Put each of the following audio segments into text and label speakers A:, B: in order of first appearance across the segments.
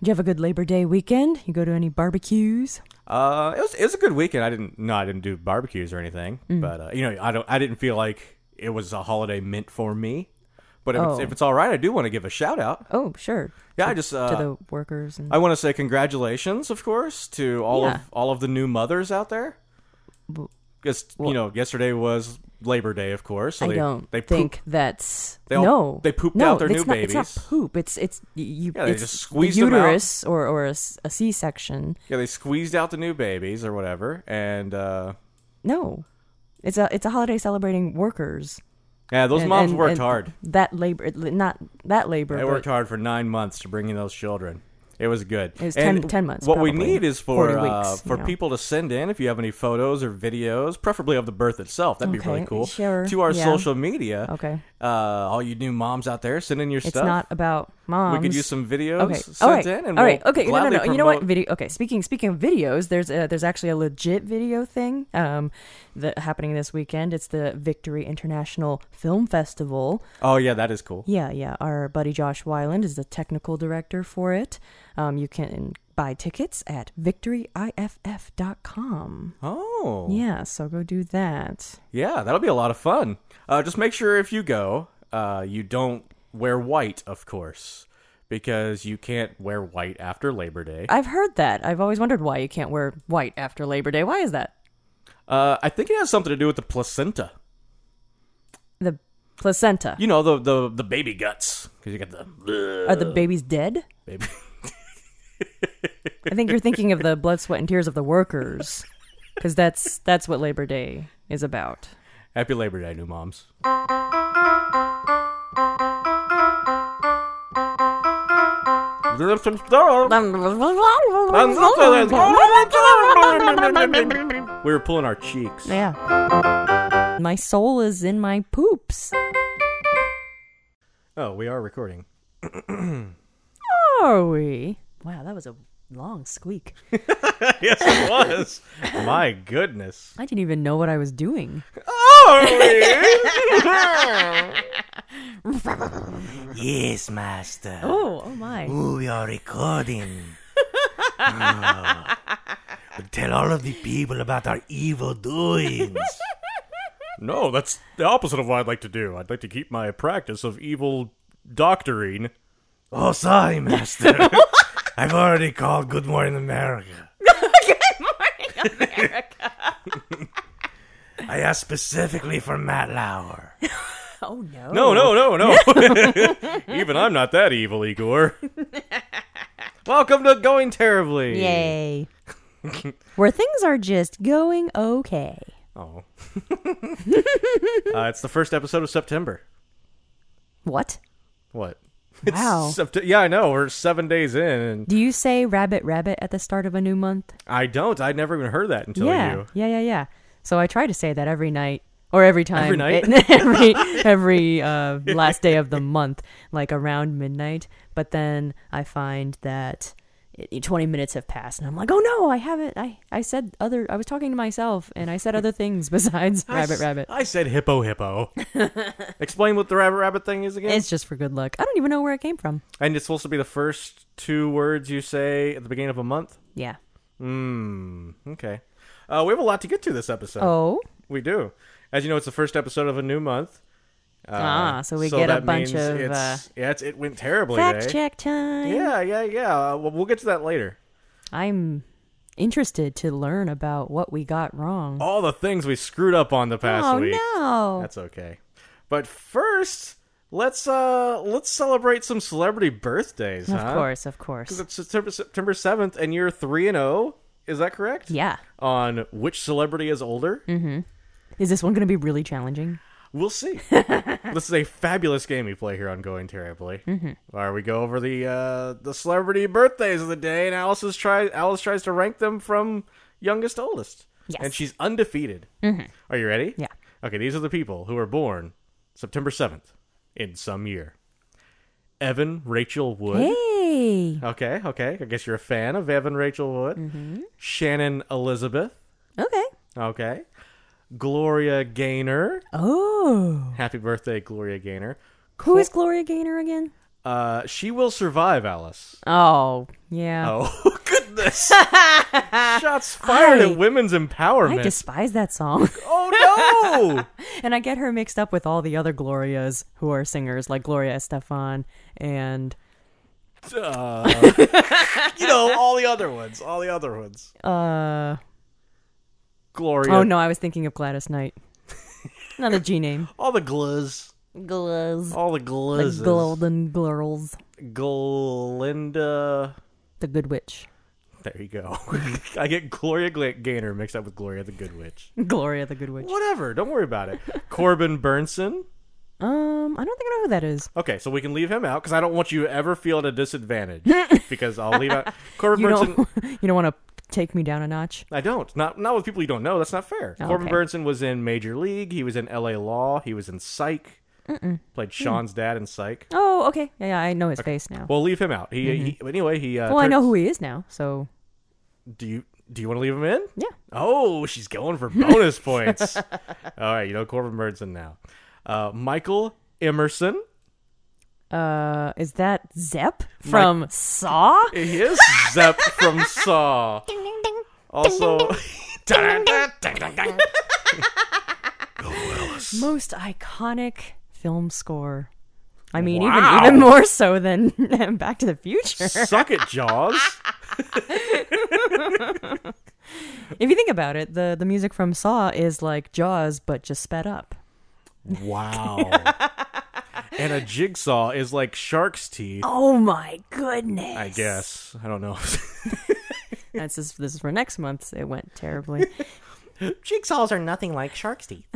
A: Did you have a good Labor Day weekend? You go to any barbecues?
B: Uh, it was it was a good weekend. I didn't no, I didn't do barbecues or anything.
A: Mm.
B: But uh, you know, I don't I didn't feel like it was a holiday meant for me. But if, it's,
A: Oh.
B: if it's all right, I do want to give a shout out.
A: Oh, sure.
B: Yeah, I just uh,
A: to the workers and
B: I want to say congratulations, of course, to all
A: Yeah.
B: of all of the new mothers out there. Because you know, yesterday was Labor Day, of course. So
A: I
B: they,
A: don't
B: they poop-
A: think that's
B: they all-
A: no.
B: they pooped
A: no,
B: out their
A: it's
B: new
A: not, It's
B: babies.
A: not poop. It's it's y- you.
B: Yeah, they
A: it's
B: just
A: the
B: squeezed them out.
A: uterus or or a, s- a C-section.
B: yeah, they squeezed out the new babies or whatever, and uh,
A: No, it's a it's a holiday celebrating workers.
B: yeah, those
A: And-
B: moms
A: and-
B: worked
A: and
B: hard.
A: That labor, not that labor.
B: They
A: but
B: worked hard for nine months to bring in those children. It was good.
A: It was
B: And
A: 10 10 months,
B: What we
A: probably.
B: need is for
A: 40
B: uh,
A: weeks,
B: for
A: you know.
B: people to send in if you have any photos or videos, preferably of the birth itself. That'd be really
A: Okay,
B: cool.
A: sure,
B: To our
A: yeah.
B: social media.
A: Okay.
B: Uh, all you new moms out there, send in your
A: It's
B: stuff.
A: not about moms.
B: We could use some videos
A: Okay.
B: sent
A: All right.
B: in, and
A: All
B: we'll
A: right. Okay. No, no,
B: gladly
A: no. You know what?
B: promote-
A: Video. Okay. Speaking speaking of videos, there's a, there's actually a legit video thing um that happening this weekend. It's the Victory International Film Festival.
B: Oh yeah, that is cool.
A: Yeah, yeah. Our buddy Josh Weiland is the technical director for it. Um, you can buy tickets at victoryiff.com.
B: Oh
A: Yeah, so go do that.
B: yeah, that'll be a lot of fun. Uh, just make sure if you go, uh, you don't wear white, of course, because you can't wear white after Labor Day.
A: I've heard that. I've always wondered why you can't wear white after Labor Day. Why is that?
B: Uh, I think it has something to do with the placenta.
A: The placenta.
B: You know, the the, the baby guts because you got the
A: Are the babies dead?
B: baby.
A: I think you're thinking of the blood, sweat, and tears of the workers, because that's that's what Labor Day is about.
B: Happy Labor Day, new moms. We were pulling our cheeks.
A: Yeah. My soul is in my poops.
B: Oh, we are recording.
A: Are we? Wow, that was a long squeak.
B: yes, it was. My goodness.
A: I didn't even know what I was doing.
B: yes, master.
A: Oh, oh my.
B: Ooh, we are recording.
C: Ah.
B: tell all of the people about our evil doings. No, that's the opposite of what I'd like to do. I'd like to keep my practice of evil doctoring.
C: Oh, sorry, Master. I've already called Good Morning America. I asked specifically for Matt Lauer.
A: Oh no.
B: No, no, no, no. Even I'm not that evil, Igor. Welcome to Going Terribly.
A: Yay. Where things are just going okay.
B: Oh. uh, it's the first episode of September.
A: What?
B: What? It's
A: Wow.
B: Sept- yeah, I know. We're seven days in, and
A: Do you say rabbit rabbit at the start of a new month?
B: I don't. I'd never even heard that until
A: yeah.
B: you.
A: Yeah, yeah, yeah. So I try to say that every night or every time.
B: night?
A: every every uh, last day of the month, like around midnight. But then I find that i- 20 minutes have passed and I'm like, oh no, I haven't. I, I said other, I was talking to myself and I said other things besides rabbit rabbit.
B: I said hippo hippo. Explain what the rabbit rabbit thing is again.
A: It's just for good luck. I don't even know where it came from.
B: and it's supposed to be the first two words you say at the beginning of a month.
A: Yeah.
B: Hmm. Okay. Uh, we have a lot to get to this episode.
A: Oh.
B: We do. As you know, it's the first episode of a new month. Uh,
A: Ah, so we get a
B: that
A: bunch
B: means
A: of, uh,
B: It's, yeah, it's, it went terribly.
A: Oh, Fact
B: eh?
A: check time.
B: Yeah, yeah, yeah. Uh, we'll, we'll get to that later.
A: I'm interested to learn about what we got wrong.
B: All the things we screwed up on the past
A: oh
B: Oh, week.
A: no.
B: That's okay. But first, let's uh let's celebrate some celebrity birthdays,
A: Of
B: huh?
A: course, of course.
B: It's September September seventh, and you're three and zero. Is that correct?
A: Yeah.
B: On which celebrity is older?
A: Is this one going to be really challenging?
B: We'll see. this is a fabulous game we play here on Going Terribly,
A: Mm-hmm.
B: where we go over the uh, the celebrity birthdays of the day, and Alice is try Alice tries to rank them from youngest to oldest.
A: Yes. Mm-hmm.
B: and she's undefeated. Are you ready?
A: Yeah.
B: Okay, these are the people who were born September seventh in some year. Evan Rachel Wood.
A: Hey.
B: Okay, okay. I guess you're a fan of Evan Rachel Wood. Mm-hmm. Shannon Elizabeth.
A: Okay.
B: Okay. Gloria Gaynor.
A: Oh.
B: Happy birthday, Gloria Gaynor.
A: Who is Oh. Gloria Gaynor again?
B: Uh, Uh, she will survive, Alice.
A: Oh, yeah.
B: Oh goodness! Shots fired
A: I-
B: at women's empowerment.
A: I despise that song.
B: oh no!
A: and I get her mixed up with all the other Glorias who are singers, like Gloria Estefan and
B: Uh, you know all the other ones, all the other ones.
A: uh
B: Gloria.
A: oh no, I was thinking of Gladys Knight. Not a G name.
B: All the glizz.
A: Glaz.
B: All the
A: The
B: glizzes.
A: Golden Girls.
B: Glinda.
A: The Good Witch.
B: There you go. I get Gloria Gla- Gaynor mixed up with Gloria the Good Witch.
A: Gloria the Good Witch.
B: Whatever. Don't worry about it. Corbin Burnson.
A: Um, I don't think I know who that is.
B: Okay, so we can leave him out because I don't want you to ever feel at a disadvantage because I'll leave out Corbin
A: You
B: Burnson.
A: don't you don't want to take me down a notch.
B: I don't. Not not with people you don't know. That's not fair.
A: Oh,
B: Corbin
A: okay.
B: Burnson was in Major League. He was in L.A. Law. He was in Psych.
A: Mm.
B: Played Sean's dad in Psych.
A: Oh, okay. Yeah, yeah I know his face now. Well,
B: Well, leave him out. He, he anyway. He. Uh,
A: Mm-hmm. I know
B: turns-
A: who he is now, so
B: Do you do you want to leave him in?
A: yeah.
B: Oh, she's going for bonus points. All right, you know Corbin Burnson now. Uh, Michael Emerson.
A: Uh, is that Zepp from Saw?
B: He is Zepp from Saw. Also,
A: Most iconic film score. I mean,
B: Wow.
A: even even more so than Back to the Future.
B: suck it, Jaws.
A: If you think about it, the the music from Saw is like Jaws, but just sped up.
B: Wow. and a jigsaw is like shark's teeth.
A: Oh my goodness!
B: I guess. I don't know.
A: That's just, this is for next month's. It went terribly.
C: Jigsaws are nothing like shark's teeth.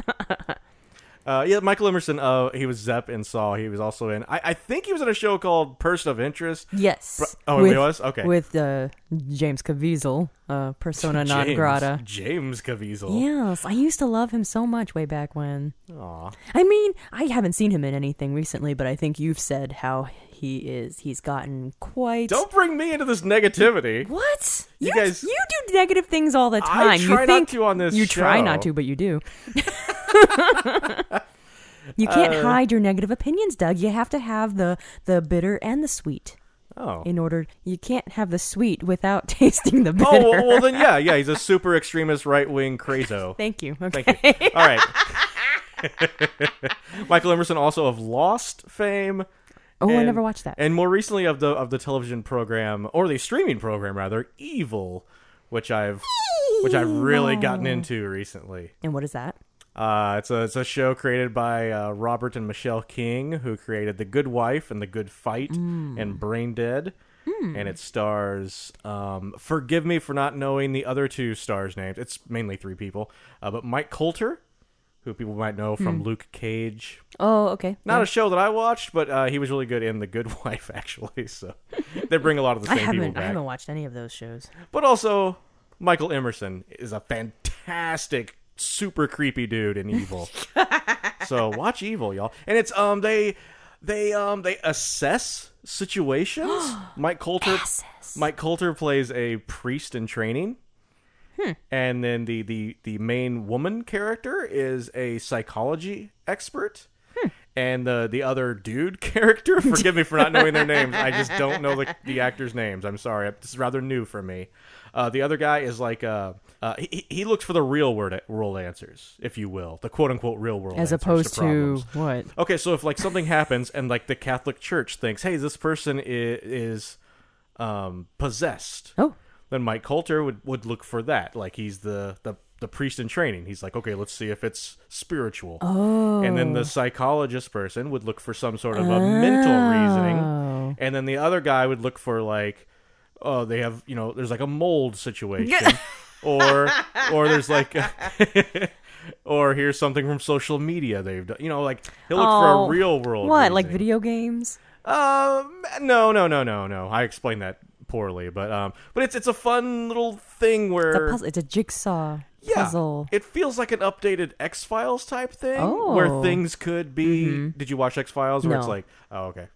B: Uh, yeah, Michael Emerson. Uh, he was Zepp in Saw. He was also in. I, I think he was in a show called Person of Interest.
A: yes.
B: Bru- oh, it
A: with,
B: was? Okay.
A: With uh, James Caviezel, uh, persona non
B: James-
A: grata.
B: James Caviezel.
A: Yes, I used to love him so much way back when.
B: Aw.
A: I mean, I haven't seen him in anything recently, but I think you've said how he is. He's gotten quite.
B: Don't bring me into this negativity.
A: What?
B: You
A: You,
B: guys-
A: you do negative things all the time.
B: try
A: you
B: not
A: think
B: to on this
A: You try
B: show.
A: not to, but you do. you can't
B: Uh.
A: hide your negative opinions, Doug. You have to have the the bitter and the sweet.
B: Oh.
A: In order, you can't have the sweet without tasting the bitter.
B: Oh well, well, then yeah, yeah. He's a super extremist right wing crazo.
A: Thank you. Okay.
B: Thank you. All right. Michael Emerson, also of Lost fame.
A: Oh, I
B: and-
A: never watched that.
B: And more recently of the of the television program or the streaming program rather, Evil, which I've which I've really gotten into recently.
A: And what is that?
B: Uh, it's a it's a show created by uh, Robert and Michelle King, who created The Good Wife and The Good Fight
A: Mm.
B: and Brain Dead. And it stars, um, forgive me for not knowing the other two stars' names. It's mainly three people, uh, but Mike Coulter, who people might know from
A: Mm.
B: Luke Cage,
A: Oh, okay.
B: not a show that I watched, but uh, he was really good in The Good Wife, actually. So they bring a lot of the
A: I
B: same people
A: haven't. I
B: back.
A: haven't watched any of those shows.
B: But also, Michael Emerson is a fantastic, super creepy dude in Evil. so watch Evil, y'all. And it's um they they um they assess situations. Mike Coulter Mike Coulter plays a priest in training. And then the, the, the main woman character is a psychology expert.
A: Hmm.
B: And the, the other dude character, forgive me for not knowing their names. I just don't know the, the actors' names. I'm sorry. This is rather new for me. Uh, the other guy is like, uh, uh, he, he looks for the real world, world answers, if you will, the quote unquote real world
A: As
B: answers
A: opposed to,
B: problems.
A: what?
B: Okay, so if like something happens and like the Catholic Church thinks, hey, this person is, is um, possessed,
A: Oh,
B: then Mike Coulter would, would look for that. Like he's the, the the priest in training. He's like, okay, let's see if it's spiritual. Oh. And then the psychologist person would look for some sort of a mental
A: Oh.
B: reasoning, and then the other guy would look for like, oh, they have you know, there's like a mold situation, or or there's like. Or here's something from social media they've done. You know, like he'll look for
A: Oh.
B: a real world.
A: what? Like
B: reasoning.
A: video games?
B: Um, no, no, no, no, no. I explained that poorly, but um, but it's it's a fun little thing
A: It's a
B: where
A: puzzle. It's a jigsaw
B: yeah,
A: puzzle.
B: it feels like an updated X Files type thing where
A: Oh. Mm-hmm.
B: things could be. Did you watch X Files? Where it's
A: No.
B: like, oh okay,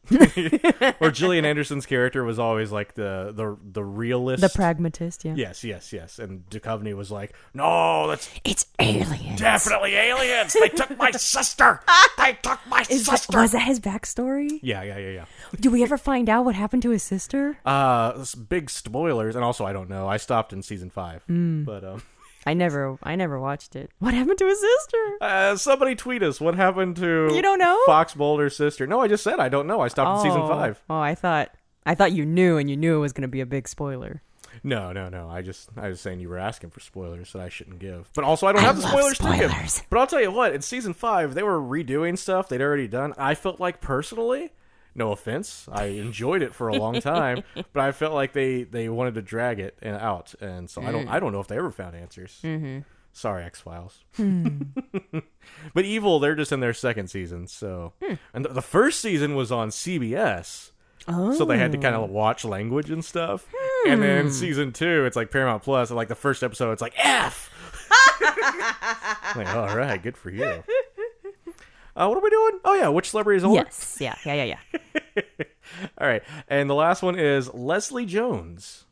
B: where Gillian Anderson's character was always like the the the realist.
A: The pragmatist, yeah.
B: Yes, yes, yes. And Duchovny was like, "No, that's
A: It's alien.
B: definitely aliens. They took my sister. They took my sister."
A: Was that his backstory?
B: yeah, yeah, yeah, yeah.
A: Do we ever find out what happened to his sister?
B: Uh, s- big spoilers, and also I don't know. I stopped in season five,
A: Mm.
B: but um,
A: I never, I never watched it. What happened to his sister?
B: uh, somebody tweet us what happened to
A: You don't know?
B: Fox Boulder's sister. No, I just said I don't know. I stopped in season five.
A: Oh, I thought, I thought you knew, and you knew it was going to be a big spoiler.
B: No, no, no. I just I was saying you were asking for spoilers that I shouldn't give, but also I don't have the
A: love
B: spoilers, to
A: spoilers.
B: give. But I'll tell you what, in season five they were redoing stuff they'd already done. I felt like personally, no offense, I enjoyed it for a long time, but I felt like they they wanted to drag it and out, and so I don't I don't know if they ever found answers. Mm-hmm. Sorry, X Files. but Evil, they're just in their second season, so and the, the first season was on CBS. So they had to
A: Oh.
B: kind of watch language and stuff.
A: Hmm.
B: And then season two, it's like Paramount Plus, and like the first episode, it's like F. like, all right, good for you. Uh, what are we doing? Oh yeah, which celebrity is older?
A: Yes, yeah, yeah, yeah, yeah.
B: All right, and the last one is Leslie Jones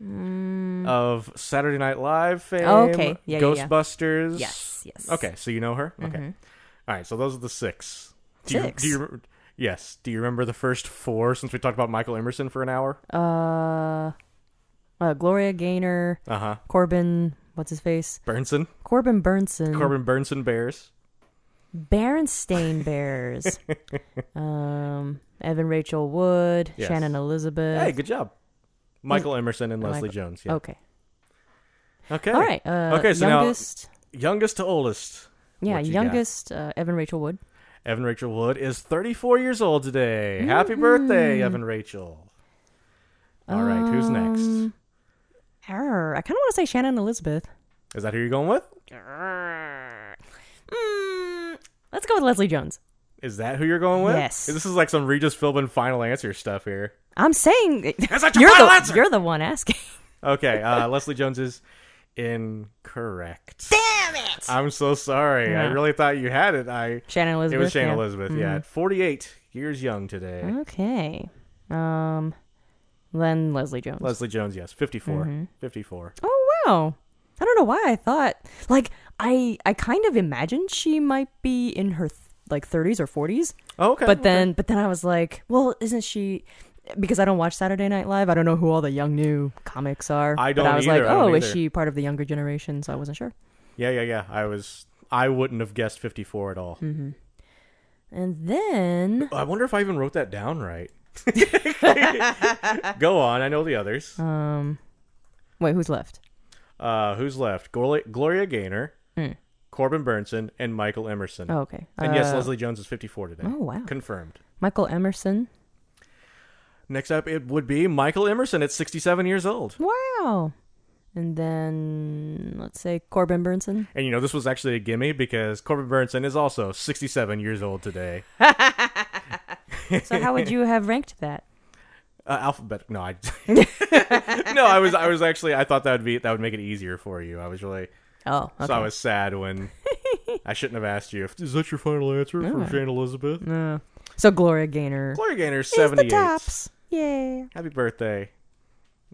B: of Saturday Night Live fame.
A: Hmm. Oh, okay. Yeah, yeah, yeah.
B: Ghostbusters.
A: Yes, yes. Mm-hmm.
B: Okay, so you know her. Okay. All right, so those are the six. Do
A: Six.
B: You, do you? rem- Yes. Do you remember the first four? Since we talked about Michael Emerson for an hour.
A: Uh, uh, Gloria Gaynor,
B: Uh huh.
A: Corbin, what's his face?
B: Burnson.
A: Corbin Burnson,
B: Corbin Burnson Bears.
A: Berenstain Bears, um, Evan Rachel Wood,
B: Yes.
A: Shannon Elizabeth.
B: Hey, good job. Michael Emerson and Leslie
A: Michael-
B: Jones. Yeah.
A: Okay,
B: Okay.
A: all right. Uh,
B: okay, so
A: youngest,
B: now youngest to oldest.
A: yeah,
B: What you got?
A: youngest uh, Evan Rachel Wood.
B: Evan Rachel Wood is 34 years old today.
A: Mm-hmm.
B: Happy birthday, Evan Rachel. All right,
A: Um,
B: who's next?
A: Arr, I kind of want to say Shannon Elizabeth.
B: Is that who you're going with?
A: Mm, let's go with Leslie Jones.
B: Is that who you're going with?
A: Yes.
B: This is like some Regis Philbin final answer stuff here.
A: I'm saying
B: that your
A: you're
B: final
A: the
B: answer?
A: you're the one asking.
B: Okay, uh, Leslie Jones is incorrect. Damn it! I'm so sorry. I
A: Yeah.
B: really thought you had it. I
A: Shannon Elizabeth.
B: Uh, it was Shane
A: yeah. Mm-hmm.
B: Elizabeth. Yeah, at 48 years young today.
A: Okay. Um, then Leslie Jones.
B: Leslie Jones, yes, 54. 54.
A: Mm-hmm. oh wow! I don't know why I thought like I I kind of imagined she might be in her th- like 30s or 40s,
B: Oh, okay.
A: but then but then I was like, well, isn't she? Because I don't watch Saturday Night Live, I don't know who all the young new comics are.
B: I
A: But
B: don't
A: I was
B: either,
A: like,
B: I don't
A: oh, is
B: either.
A: she part of the younger generation? So I wasn't sure.
B: Yeah, yeah, yeah. I was I wouldn't have guessed 54 at all.
A: Mm-hmm. And then
B: I wonder if I even wrote that down right. Go on, I know the others.
A: Uh. um, wait, who's left?
B: Uh, who's left? Gloria, Gloria Gaynor, Corbin Burnson, and Michael Emerson.
A: Mm. Oh, okay.
B: And yes,
A: Uh,
B: Leslie Jones is 54 today.
A: oh, wow.
B: Confirmed.
A: Michael Emerson.
B: Next up, it would be Michael Emerson at 67 years old.
A: Wow. And then let's say Corbin Burnson.
B: And you know, this was actually a gimme because Corbin Burnson is also 67 years old today.
A: So how would you have ranked that?
B: Uh, alphabet? No, I. no, I was. I was actually. I thought that would be. That would make it easier for you. I was really.
A: Oh, okay.
B: So I was sad when I shouldn't have asked you. If, is that your final answer from Jane Elizabeth?
A: So Gloria Gaynor.
B: Gloria Gaynor,
A: is the
B: seventy-eight.
A: tops. Yay.
B: Happy birthday.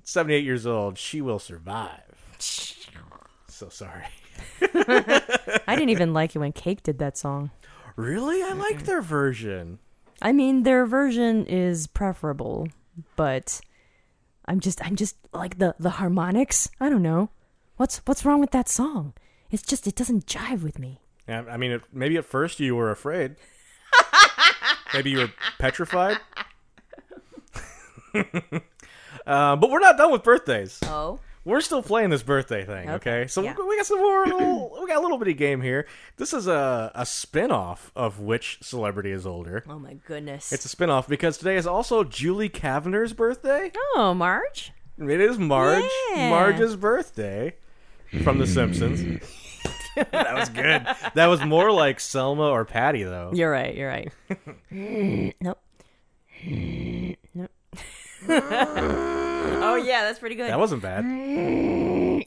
B: Seventy-eight years old. She will survive. So sorry.
A: I didn't even like it when Cake did that song.
B: Really, I like their version.
A: I mean, their version is preferable, but I'm just I'm just like the the harmonics. I don't know. What's what's wrong with that song? It's just it doesn't jive with me.
B: Yeah, I mean, it, maybe at first you were afraid. maybe you were petrified. Uh, but we're not done with birthdays.
A: Oh.
B: we're still playing this birthday thing, okay?
A: Okay,
B: So
A: yeah.
B: we we got some more. Little, we got a little bitty game here. This is a a spinoff of which celebrity is older.
A: Oh my goodness.
B: It's a spinoff because today is also Julie Kavner's birthday.
A: oh, Marge.
B: It is Marge,
A: Yeah.
B: Marge's birthday from The Simpsons. that was good. That was more like Selma or Patty, though.
A: You're right. You're right. nope. nope. oh yeah, that's pretty good.
B: That wasn't bad.
C: Homie!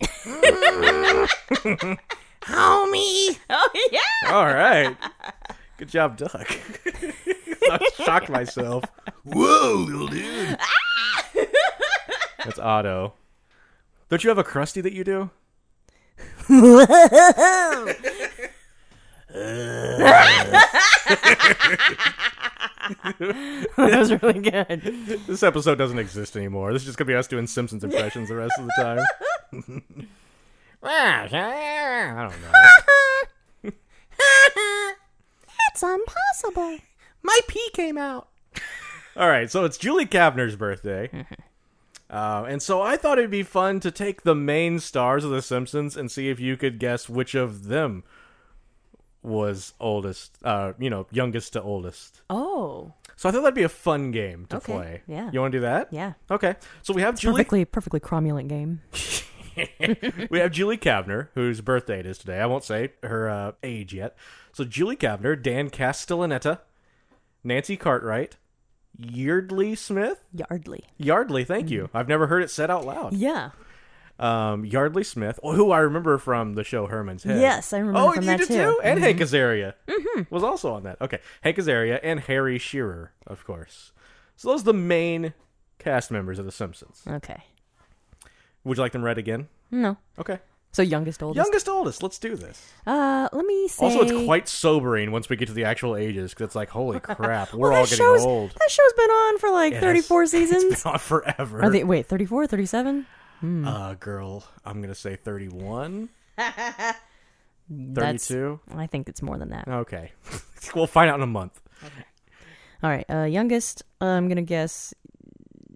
A: Oh yeah.
B: All right. Good job, Duck. I shocked myself.
C: Whoa, little dude!
A: Ah!
B: That's Otto. Don't you have a crusty that you do?
A: that was really good.
B: This episode doesn't exist anymore. This is just gonna be us doing Simpsons impressions the rest of the time.
C: I don't know.
A: That's impossible.
B: My pee came out. All right, so it's Julie Kavner's birthday. Uh, and so I thought it'd be fun to take the main stars of The Simpsons and see if you could guess which of them was oldest, uh, you know, youngest to oldest.
A: Oh
B: So I thought that'd be a fun game to
A: Okay,
B: play.
A: yeah.
B: You want to do that?
A: yeah.
B: Okay. So we have Julie.
A: Perfectly, perfectly cromulent game.
B: we have Julie Kavner, whose birthday it is today. I won't say her uh, age yet. So Julie Kavner, Dan Castellaneta, Nancy Cartwright, Yeardley Smith,
A: Yardley.
B: Yardley. Thank you. I've never heard it said out loud.
A: Yeah.
B: Um, Yardley Smith, who I remember from the show Herman's Head.
A: Yes, I remember
B: Oh,
A: from
B: you
A: that
B: did
A: too. Mm-hmm.
B: And Hank Azaria was also on that. Okay, Hank Azaria and Harry Shearer, of course. So those are the main cast members of The Simpsons.
A: Okay.
B: Would you like them read again?
A: No.
B: Okay.
A: So youngest, oldest.
B: Youngest, oldest. Let's do this.
A: Uh, let me say.
B: Also, it's quite sobering once we get to the actual ages because it's like, holy crap, we're
A: Well,
B: all
A: that
B: getting
A: show's-
B: old.
A: That show's been on for like
B: Yes.
A: 34
B: It's
A: seasons.
B: been on forever.
A: Are they wait 34, 37?
B: uh, girl, I'm gonna say 31,
A: That's-
B: 32.
A: I think it's more than that.
B: Okay, we'll find out in a month.
A: All right. Uh, youngest. Uh, I'm gonna guess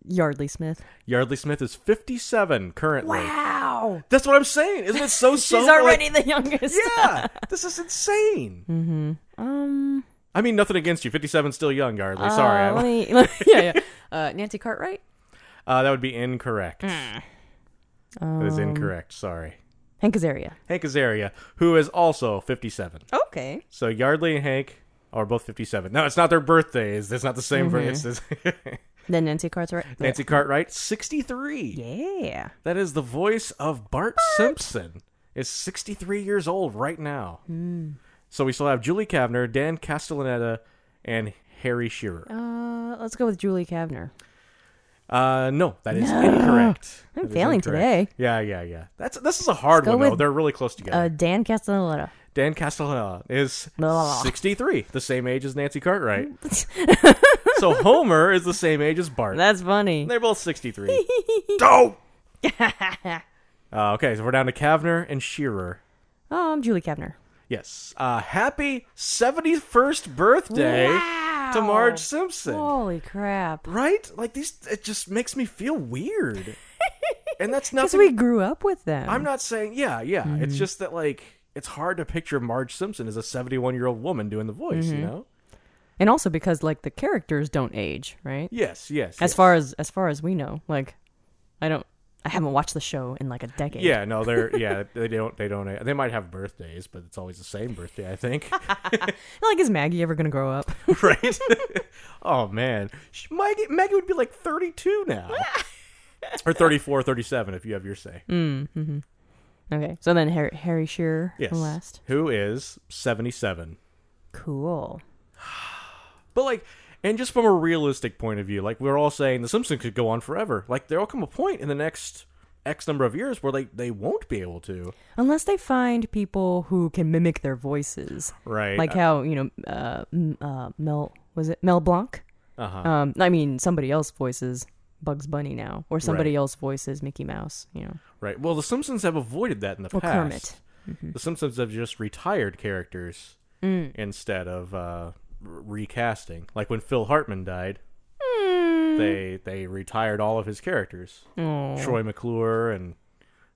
A: Yardley Smith.
B: Yardley Smith is 57 currently.
A: Wow.
B: That's what I'm saying. Isn't it so
A: She's
B: sober? Like,
A: already Hmm. the youngest.
B: yeah, this is insane.
A: Um.
B: I mean, nothing against you. 57 's still young, Yardley.
A: uh, let
B: Sorry, I-
A: me- let me- yeah, yeah. Uh, Nancy Cartwright.
B: uh, that would be incorrect.
A: Hmm.
B: that
A: Um,
B: is incorrect. Sorry.
A: Hank Azaria.
B: Hank Azaria, who is also 57.
A: Okay.
B: So Yardley and Hank are both 57. No, it's not their birthdays. It's not the same.
A: Mm-hmm.
B: for It's this-
A: Then Nancy Cartwright.
B: Nancy Cartwright, 63.
A: Yeah.
B: That is the voice of Bart Simpson. Is 63 years old right now.
A: Mm.
B: So we still have Julie Kavner, Dan Castellaneta, and Harry Shearer.
A: Uh, let's go with Julie Kavner.
B: Uh, no, that is incorrect.
A: I'm
B: That is
A: failing
B: incorrect.
A: today.
B: Yeah, yeah, yeah. That's this is a hard
A: go
B: one though.
A: with,
B: They're really close together.
A: Uh, Dan Castellaneta.
B: Dan Castellaneta is
A: Blah, blah, blah.
B: 63, the same age as Nancy Cartwright. so Homer is the same age as Bart.
A: That's funny.
B: They're both 63.
C: Dope!
B: uh, okay, so we're down to Kavner and Shearer.
A: Oh, I'm Julie Kavner.
B: Yes. Uh, happy 71st birthday to Marge Simpson.
A: Holy crap.
B: Right? Like, these, it just makes me feel weird. and that's
A: Because
B: nothing.
A: we Mm-hmm. grew up with them.
B: I'm not saying, yeah, yeah. It's just that, like, it's hard to picture Marge Simpson as a 71 year old woman doing the voice, you
A: Mm-hmm.
B: know?
A: and also because like the characters don't age, right?
B: Yes, yes.
A: As
B: yes.
A: far as as far as we know, like I don't I haven't watched the show in like a decade.
B: Yeah, no, they're yeah, they don't they don't they might have birthdays, but it's always the same birthday, I think.
A: Like is Maggie ever gonna grow up?
B: right? oh man, She- Maggie Maggie would be like 32 now. or 34, 37 if you have your say.
A: okay. So then Harry, Harry Shearer
B: Yes.
A: last.
B: Who is 77.
A: Cool.
B: But like and just from a realistic point of view, like we're all saying the Simpsons could go on forever. Like there'll come a point in the next X number of years where like they won't be able to.
A: Unless they find people who can mimic their voices.
B: Right.
A: Like how, you know, uh, m- uh, Mel was it Mel Blanc?
B: Uh-huh.
A: Um, I mean, somebody else voices Bugs Bunny now, or somebody
B: Right.
A: else voices Mickey Mouse. You know,
B: Right. Well, the Simpsons have avoided that in the
A: Or
B: past. Mm-hmm.
A: Kermit. Mm-hmm.
B: The Simpsons have just retired characters
A: Mm.
B: instead of uh, r- recasting. Like when Phil Hartman died,
A: Mm.
B: they they retired all of his characters.
A: Oh,
B: Troy McClure and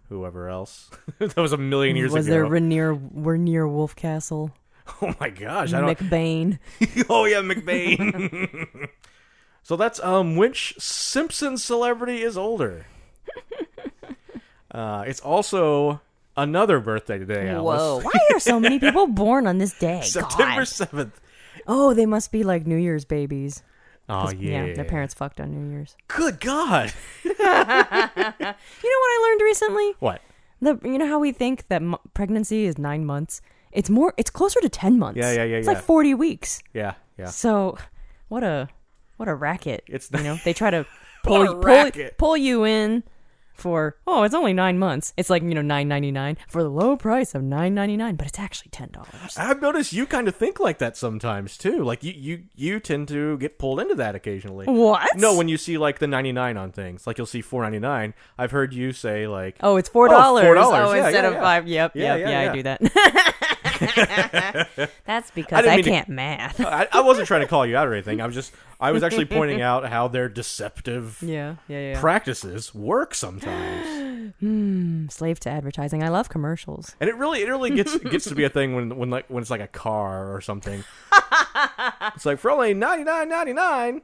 B: whoever else. that was a million years
A: was
B: ago.
A: there Rainier Rainier Wolfcastle,
B: oh my gosh! I don't.
A: McBain?
B: oh yeah, McBain. so that's um, which Simpson celebrity is older? uh, it's also another birthday today. Alice.
A: Whoa! Why are so many people born on this day?
B: September
A: God.
B: seventh.
A: Oh, they must be like New Year's babies.
B: Oh yeah.
A: their parents fucked on New Year's.
B: Good God.
A: You know what I learned recently?
B: What?
A: the you know how we think that m- pregnancy is nine months. It's more. It's closer to ten months.
B: Yeah, yeah, yeah,
A: It's
B: yeah.
A: like forty weeks.
B: Yeah, yeah.
A: So, what a what a racket!
B: It's
A: you
B: not-
A: know they try to pull
B: a
A: you pull,
B: racket.
A: pull you in for oh it's only nine months. It's like you know nine ninety nine for the low price of nine ninety nine, but it's actually ten dollars.
B: I've noticed you kind of think like that sometimes too. Like you, you, you tend to get pulled into that occasionally.
A: What?
B: No, when you see like the ninety nine on things, like you'll see four ninety nine. I've heard you say like,
A: Oh, it's four dollars. Oh,
B: $4. Yeah,
A: instead
B: yeah,
A: of
B: yeah.
A: five. Yep,
B: Yeah,
A: yep,
B: yeah,
A: yeah,
B: yeah.
A: I do that. That's because
B: didn't
A: I,
B: mean to- Uh,
A: can't math.
B: I, I wasn't trying to call you out or anything. I'm just, I was actually pointing out how their deceptive
A: yeah, yeah, yeah.
B: practices work sometimes,
A: I'm slave to advertising. I love commercials.
B: and it really, it really gets gets to be a thing when when like when it's like a car or something. it's like for only ninety nine ninety nine,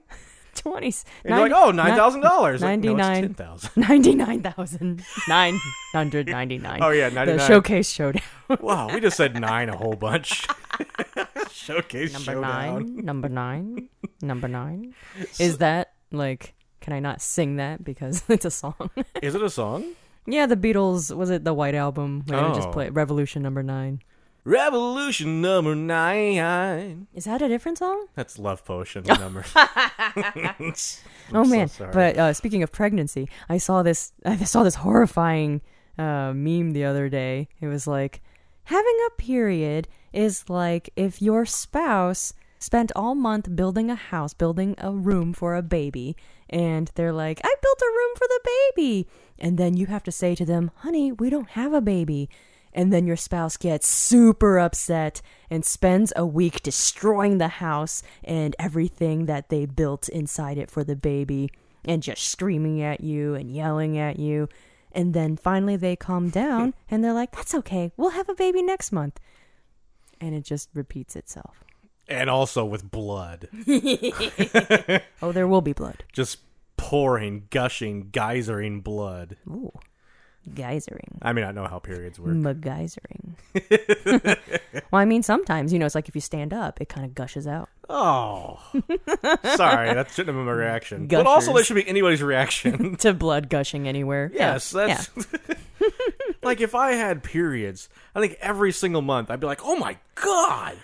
A: Twenty.
B: and you're like, oh, nine thousand dollars,
A: $99.
B: ten thousand.
A: Ninety-nine thousand nine hundred ninety-nine.
B: Oh, yeah,
A: The
B: 99.
A: showcase showdown.
B: Wow, we just said nine a whole bunch. Showcase
A: Number
B: showdown.
A: nine. Number nine. Number nine. Is that like? Can I not sing that because it's a song?
B: Is it a song?
A: yeah, the Beatles. Was it the White Album? Where they
B: Oh.
A: just play Revolution Number Nine.
B: Revolution number nine.
A: Is that a different song?
B: That's Love Potion number.
A: oh man!
B: sorry.
A: But uh, speaking of pregnancy, I saw this. I saw this horrifying uh, meme the other day. It was like having a period is like if your spouse spent all month building a house, building a room for a baby, and they're like, "I built a room for the baby," and then you have to say to them, "Honey, we don't have a baby." And then your spouse gets super upset and spends a week destroying the house and everything that they built inside it for the baby and just screaming at you and yelling at you. And then finally they calm down and they're like, that's okay. We'll have a baby next month. And it just repeats itself.
B: and also with blood.
A: Oh, there will be blood.
B: Just pouring, gushing, geysering blood.
A: Ooh. Geysering.
B: I mean, I know how periods work.
A: Geysering. well, I mean, sometimes, you know, it's like if you stand up, it kind of gushes out.
B: Oh. Sorry, that shouldn't have been my reaction. But also, that
A: Gushers.
B: should be anybody's reaction.
A: To blood gushing anywhere. Yeah,
B: Yes, that's like if I had periods, I think every single month I'd be like, "Oh my god."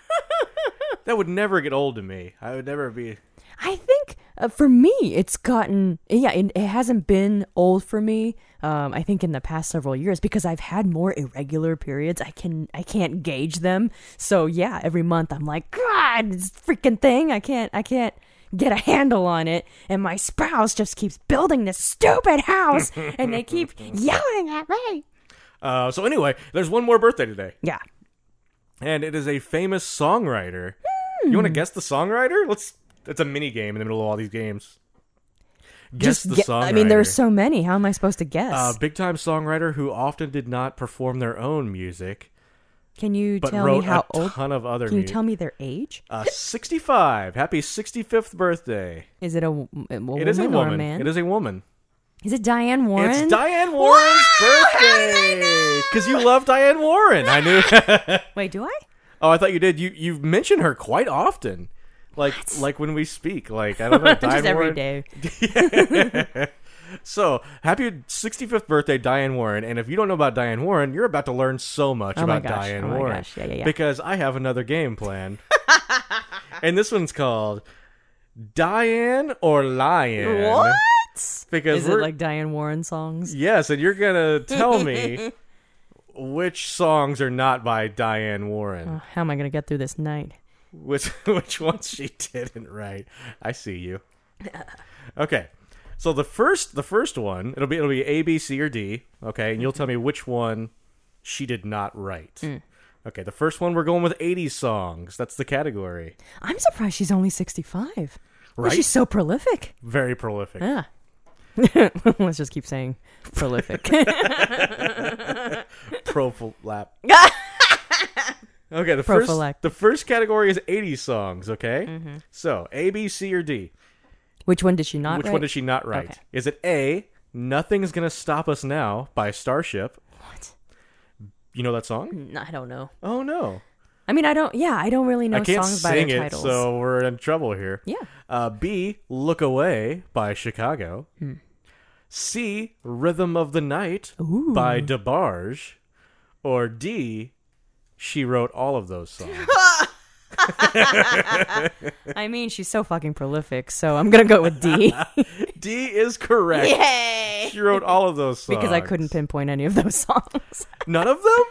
B: that would never get old to me. I would never be
A: I think uh, for me, it's gotten yeah, it, it hasn't been old for me. Um, I think in the past several years because I've had more irregular periods, I can I can't gauge them. So yeah, every month I'm like, God, this freaking thing, I can't I can't get a handle on it. And my spouse just keeps building this stupid house, and they keep yelling at me.
B: uh, so anyway, there's one more birthday today,
A: Yeah,
B: and it is a famous songwriter.
A: Hmm.
B: You want to guess the songwriter? Let's. It's a mini game in the middle of all these games. Guess the
A: ge-
B: songwriter. Uh,
A: I mean, there's so many. How am I supposed to guess?
B: a big time songwriter who often did not perform their own music,
A: can you
B: but
A: tell me
B: wrote
A: how
B: a
A: old?
B: ton of other
A: Can you
B: music.
A: tell me their age?
B: uh, 65. Happy 65th birthday.
A: Is it a, w- a woman
B: It is a
A: or
B: woman.
A: a man?
B: It is a woman.
A: Is it Diane Warren?
B: It's Diane Warren's birthday. Because you love Diane Warren. I knew.
A: Wait, do I?
B: oh, I thought you did. You you mention her quite often. Like like when we speak. Like I don't know. Diane
A: Just every
B: Warren.
A: day.
B: So happy 65th birthday, Diane Warren. And if you don't know about Diane Warren, you're about to learn so much
A: Oh my
B: about
A: gosh,
B: Diane
A: oh my
B: Warren.
A: gosh, yeah, yeah, yeah.
B: Because I have another game planned. and this one's called Diane or Lion.
A: What?
B: Because
A: Is
B: we're,
A: it like Diane Warren songs?
B: Yes, and you're gonna tell me which songs are not by Diane Warren,
A: How am I going to get through this night?
B: which which ones she didn't write. I see you. Okay, so the first the first one it'll be it'll be A B C or D. Okay, and you'll tell me which one she did not write. Okay, the first one we're going with 80s songs. That's the category.
A: I'm surprised she's only 65. But
B: Right?
A: She's so prolific.
B: Very prolific.
A: Yeah. Let's just keep saying prolific.
B: Profilap. okay, the first
A: Prophylactic.
B: the first category is 80 songs, okay? So, A, B, C, or D.
A: Which one did she not
B: Which
A: write?
B: one did she not write?
A: Okay.
B: Is it A, Nothing's Gonna Stop Us Now by Starship?
A: What?
B: You know that song?
A: No, Mm, I don't know.
B: Oh, no.
A: I mean, I don't, yeah, I don't really know
B: I can't
A: songs by
B: sing
A: their
B: it,
A: titles.
B: so we're in trouble here.
A: Yeah. Hmm.
B: Uh, B, Look Away by Chicago. C. Rhythm of the Night by DeBarge, or D. She wrote all of those songs.
A: I mean, she's so fucking prolific, so I'm gonna go with D
B: D is correct.
A: Yay!
B: She wrote all of those songs
A: because I couldn't pinpoint any of those songs.
B: None of them.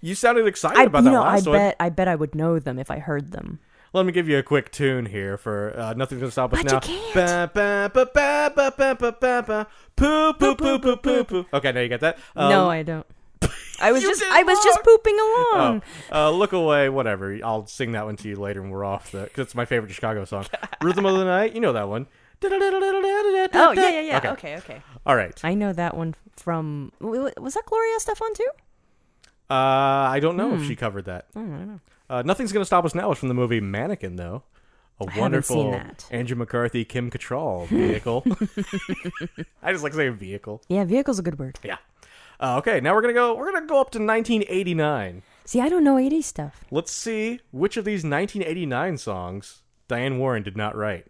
B: You sounded excited
A: I,
B: about
A: you
B: that
A: know, I
B: last one.
A: bet I bet I would know them if I heard them.
B: Let me give you a quick tune here for uh, nothing's gonna stop us
A: But
B: now.
A: you can't.
B: Ba, ba, ba, ba, ba, ba, ba, ba, ba. Poo, poo, poo, poo, poo, poo. Okay, now you got that. Um,
A: no, I don't. I was
B: You
A: just
B: did
A: I was just
B: wrong.
A: pooping
B: oh,
A: along.
B: uh, look away, whatever. I'll sing that one to you later when we're off. The, cause it's my favorite Chicago song, "Rhythm of the Night." You know that one.
A: Oh,
B: Oh
A: yeah, yeah, yeah. Okay. okay,
B: All right.
A: I know that one from w- w- was that Gloria Stefan too?
B: Uh, I don't know if
A: Hmm.
B: she covered that. Uh, Nothing's gonna stop us now is from the movie Mannequin, though. A
A: haven't
B: wonderful
A: seen that.
B: Andrew McCarthy, Kim Cattrall vehicle. I just like saying vehicle.
A: Yeah, vehicle's a good word.
B: Yeah. Uh, okay, now we're gonna go. We're gonna go up to 1989.
A: See, I don't know 80s stuff.
B: Let's see which of these 1989 songs Diane Warren did not write.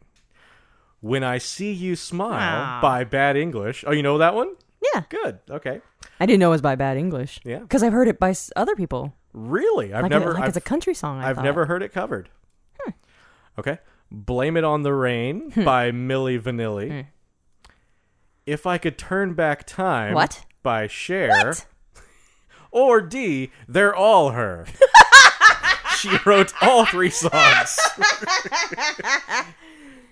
B: "When I See You Smile" by Bad English. Oh, you know that one?
A: Yeah,
B: Good. Okay.
A: I didn't know it was by Bad English.
B: Yeah.
A: because I've heard it by s- other people.
B: Really? I've
A: Like,
B: never.
A: it, like
B: I've,
A: it's a country song. I
B: I've
A: thought. Hmm.
B: never heard it covered. Okay. "Blame It on the Rain" by Millie Vanilli. "If I Could Turn Back Time"
A: Hmm. What?
B: by Cher. Or D, they're all her. she wrote all three songs.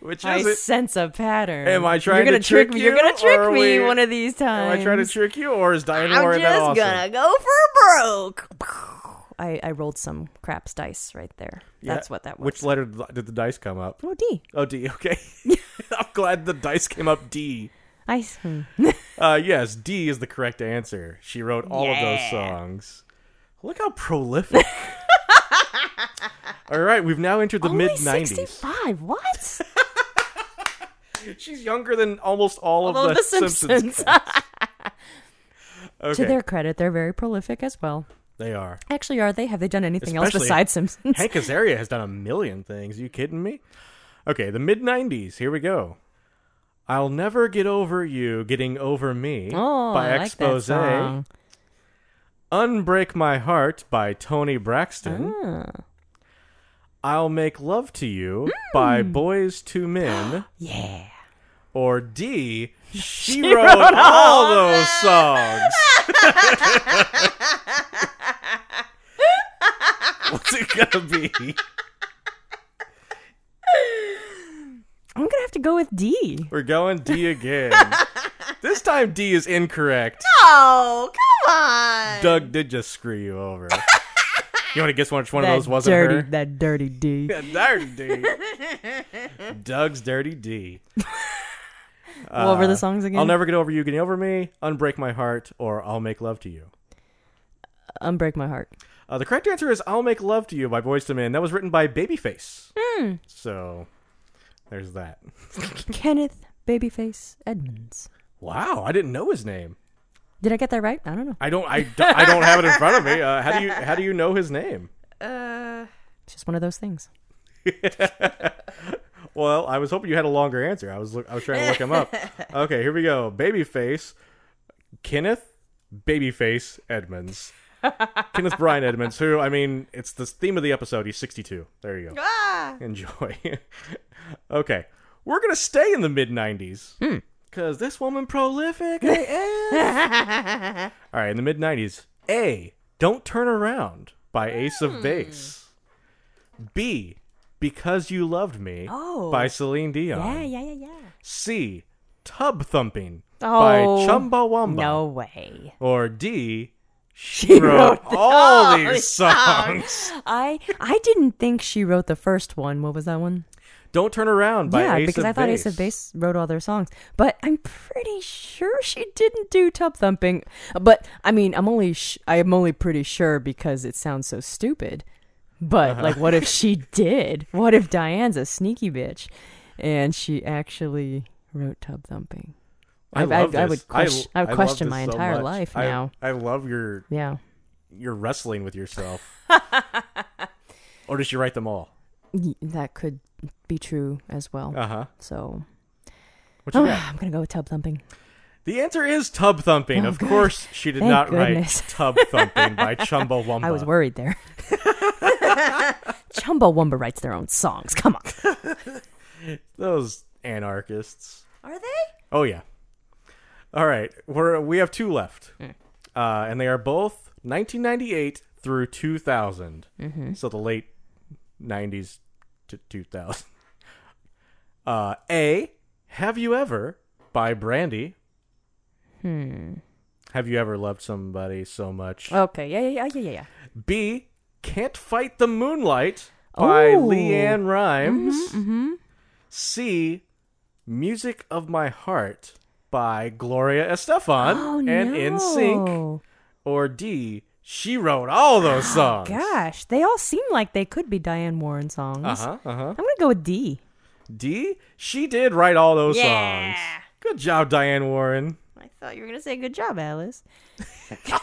B: Which
A: I
B: is it?
A: sense a pattern.
B: Am I trying
A: you're gonna
B: to trick
A: me? You're
B: you,
A: gonna trick
B: or are
A: me
B: we-
A: one of these times.
B: Am I trying to trick you, or is Diane
A: I'm
B: Warren that
A: just
B: awesome?
A: gonna go for broke. I, I rolled some craps dice right there.
B: Yeah.
A: That's what that was.
B: Which letter did the- did the dice come up?
A: oh, D.
B: Oh, D. Okay. I'm glad the dice came up D.
A: I hmm.
B: Uh, yes, D is the correct answer. She wrote all of those
A: Yeah.
B: songs. Look how prolific. all right, we've now entered the mid 90s.
A: 65. What?
B: She's younger than almost all of
A: All
B: the,
A: of the
B: Simpsons.
A: Simpsons.
B: Okay.
A: to their credit, they're very prolific as well.
B: They are.
A: Actually, are they? Have they done anything else
B: Especially
A: besides Simpsons?
B: Hank Azaria has done a million things. you kidding me? Okay, the mid 90s. Here we go. I'll never get over you getting over me
A: oh,
B: by
A: I like that
B: Expose.
A: song.
B: Unbreak My Heart by Tony Braxton. I'll Make Love to You by Boys to Men.
A: Yeah.
B: or D, she, wrote, all those songs. What's it gonna be?
A: I'm gonna have to go with D.
B: We're going D again. this time D is incorrect.
A: Oh, come on.
B: Doug did just screw you over. You want to guess which one
A: That
B: of those wasn't
A: dirty,
B: her?
A: that dirty D.
B: Yeah, dirty D. Doug's dirty D.
A: what were the songs again?
B: I'll never get over you getting over me, unbreak my heart, or I'll make love to you.
A: Unbreak my heart.
B: Uh, the correct answer is "I'll Make Love to You" by Boys to Men. That was written by Babyface. So there's that.
A: Kenneth Babyface Edmonds.
B: Wow, I didn't know his name.
A: Did I get that right? I don't know.
B: I don't. I, don't- I don't have it in front of me. Uh, how do you How do you know his name?
A: It's just one of those things.
B: Well, I was hoping you had a longer answer. I was look, I was trying to look him up. Okay, here we go. Babyface, Kenneth Babyface Edmonds. Kenneth Brian Edmonds, who I mean, it's the theme of the episode. He's 62. There you go. Ah! Enjoy. okay, we're gonna stay in the mid 90s
A: Hmm.
B: because this woman prolific. AF. All right, in the mid 90s, A. Don't turn around by Ace
A: Hmm.
B: of Base. B. Because you loved me
A: Oh.
B: by Celine Dion.
A: Yeah, yeah, yeah, yeah.
B: C. Tub thumping by
A: Oh.
B: Chumbawamba.
A: No way.
B: Or D. She,
A: wrote
B: wrote, all these songs.
A: I I didn't think she wrote the first one. What was that one?
B: Don't turn around by
A: yeah,
B: Ace
A: because
B: of
A: I thought
B: Base.
A: Ace of Base wrote all their songs, but I'm pretty sure she didn't do tub thumping. But I mean, I'm only sh- I'm only pretty sure because it sounds so stupid. But
B: Uh-huh.
A: like, what if she did? What if Diane's a sneaky bitch, and she actually wrote tub thumping?
B: I,
A: I-
B: love
A: I
B: this.
A: would question- I would
B: love
A: question
B: this
A: my
B: so
A: entire
B: much.
A: life
B: I-
A: now.
B: I, love your
A: Yeah.
B: your wrestling with yourself. or did she write them all?
A: Y- That could be true as well.
B: Uh huh.
A: So
B: What you got?
A: I'm gonna go with tub thumping.
B: The answer is tub thumping. of course, she did
A: Oh, Thank
B: not
A: goodness.
B: write tub thumping by Chumbawamba.
A: I was worried there. Chumbawamba writes their own songs. Come on.
B: Those anarchists.
A: Are they?
B: Oh yeah. All right, we're we have two left, uh, and they are both 1998 through 2000. So the late 90s to 2000. Uh, A. Have you ever by Brandy? Hmm. Have you ever loved somebody so much?
A: Okay. Yeah, yeah, yeah, yeah, yeah, yeah.
B: B. Can't fight the moonlight by
A: Oh.
B: Leanne Rhymes.
A: Mm-hmm.
B: C. Music of my heart by Gloria Estefan
A: Oh,
B: and In Sync.
A: no.
B: Or D. She wrote all those songs.
A: Oh, Gosh, they all seem like they could be Diane Warren songs.
B: Uh huh. Uh huh.
A: I'm gonna go with D.
B: D. She did write all those songs.
A: Yeah.
B: Good job, Diane Warren.
A: I thought you were gonna say good job, Alice.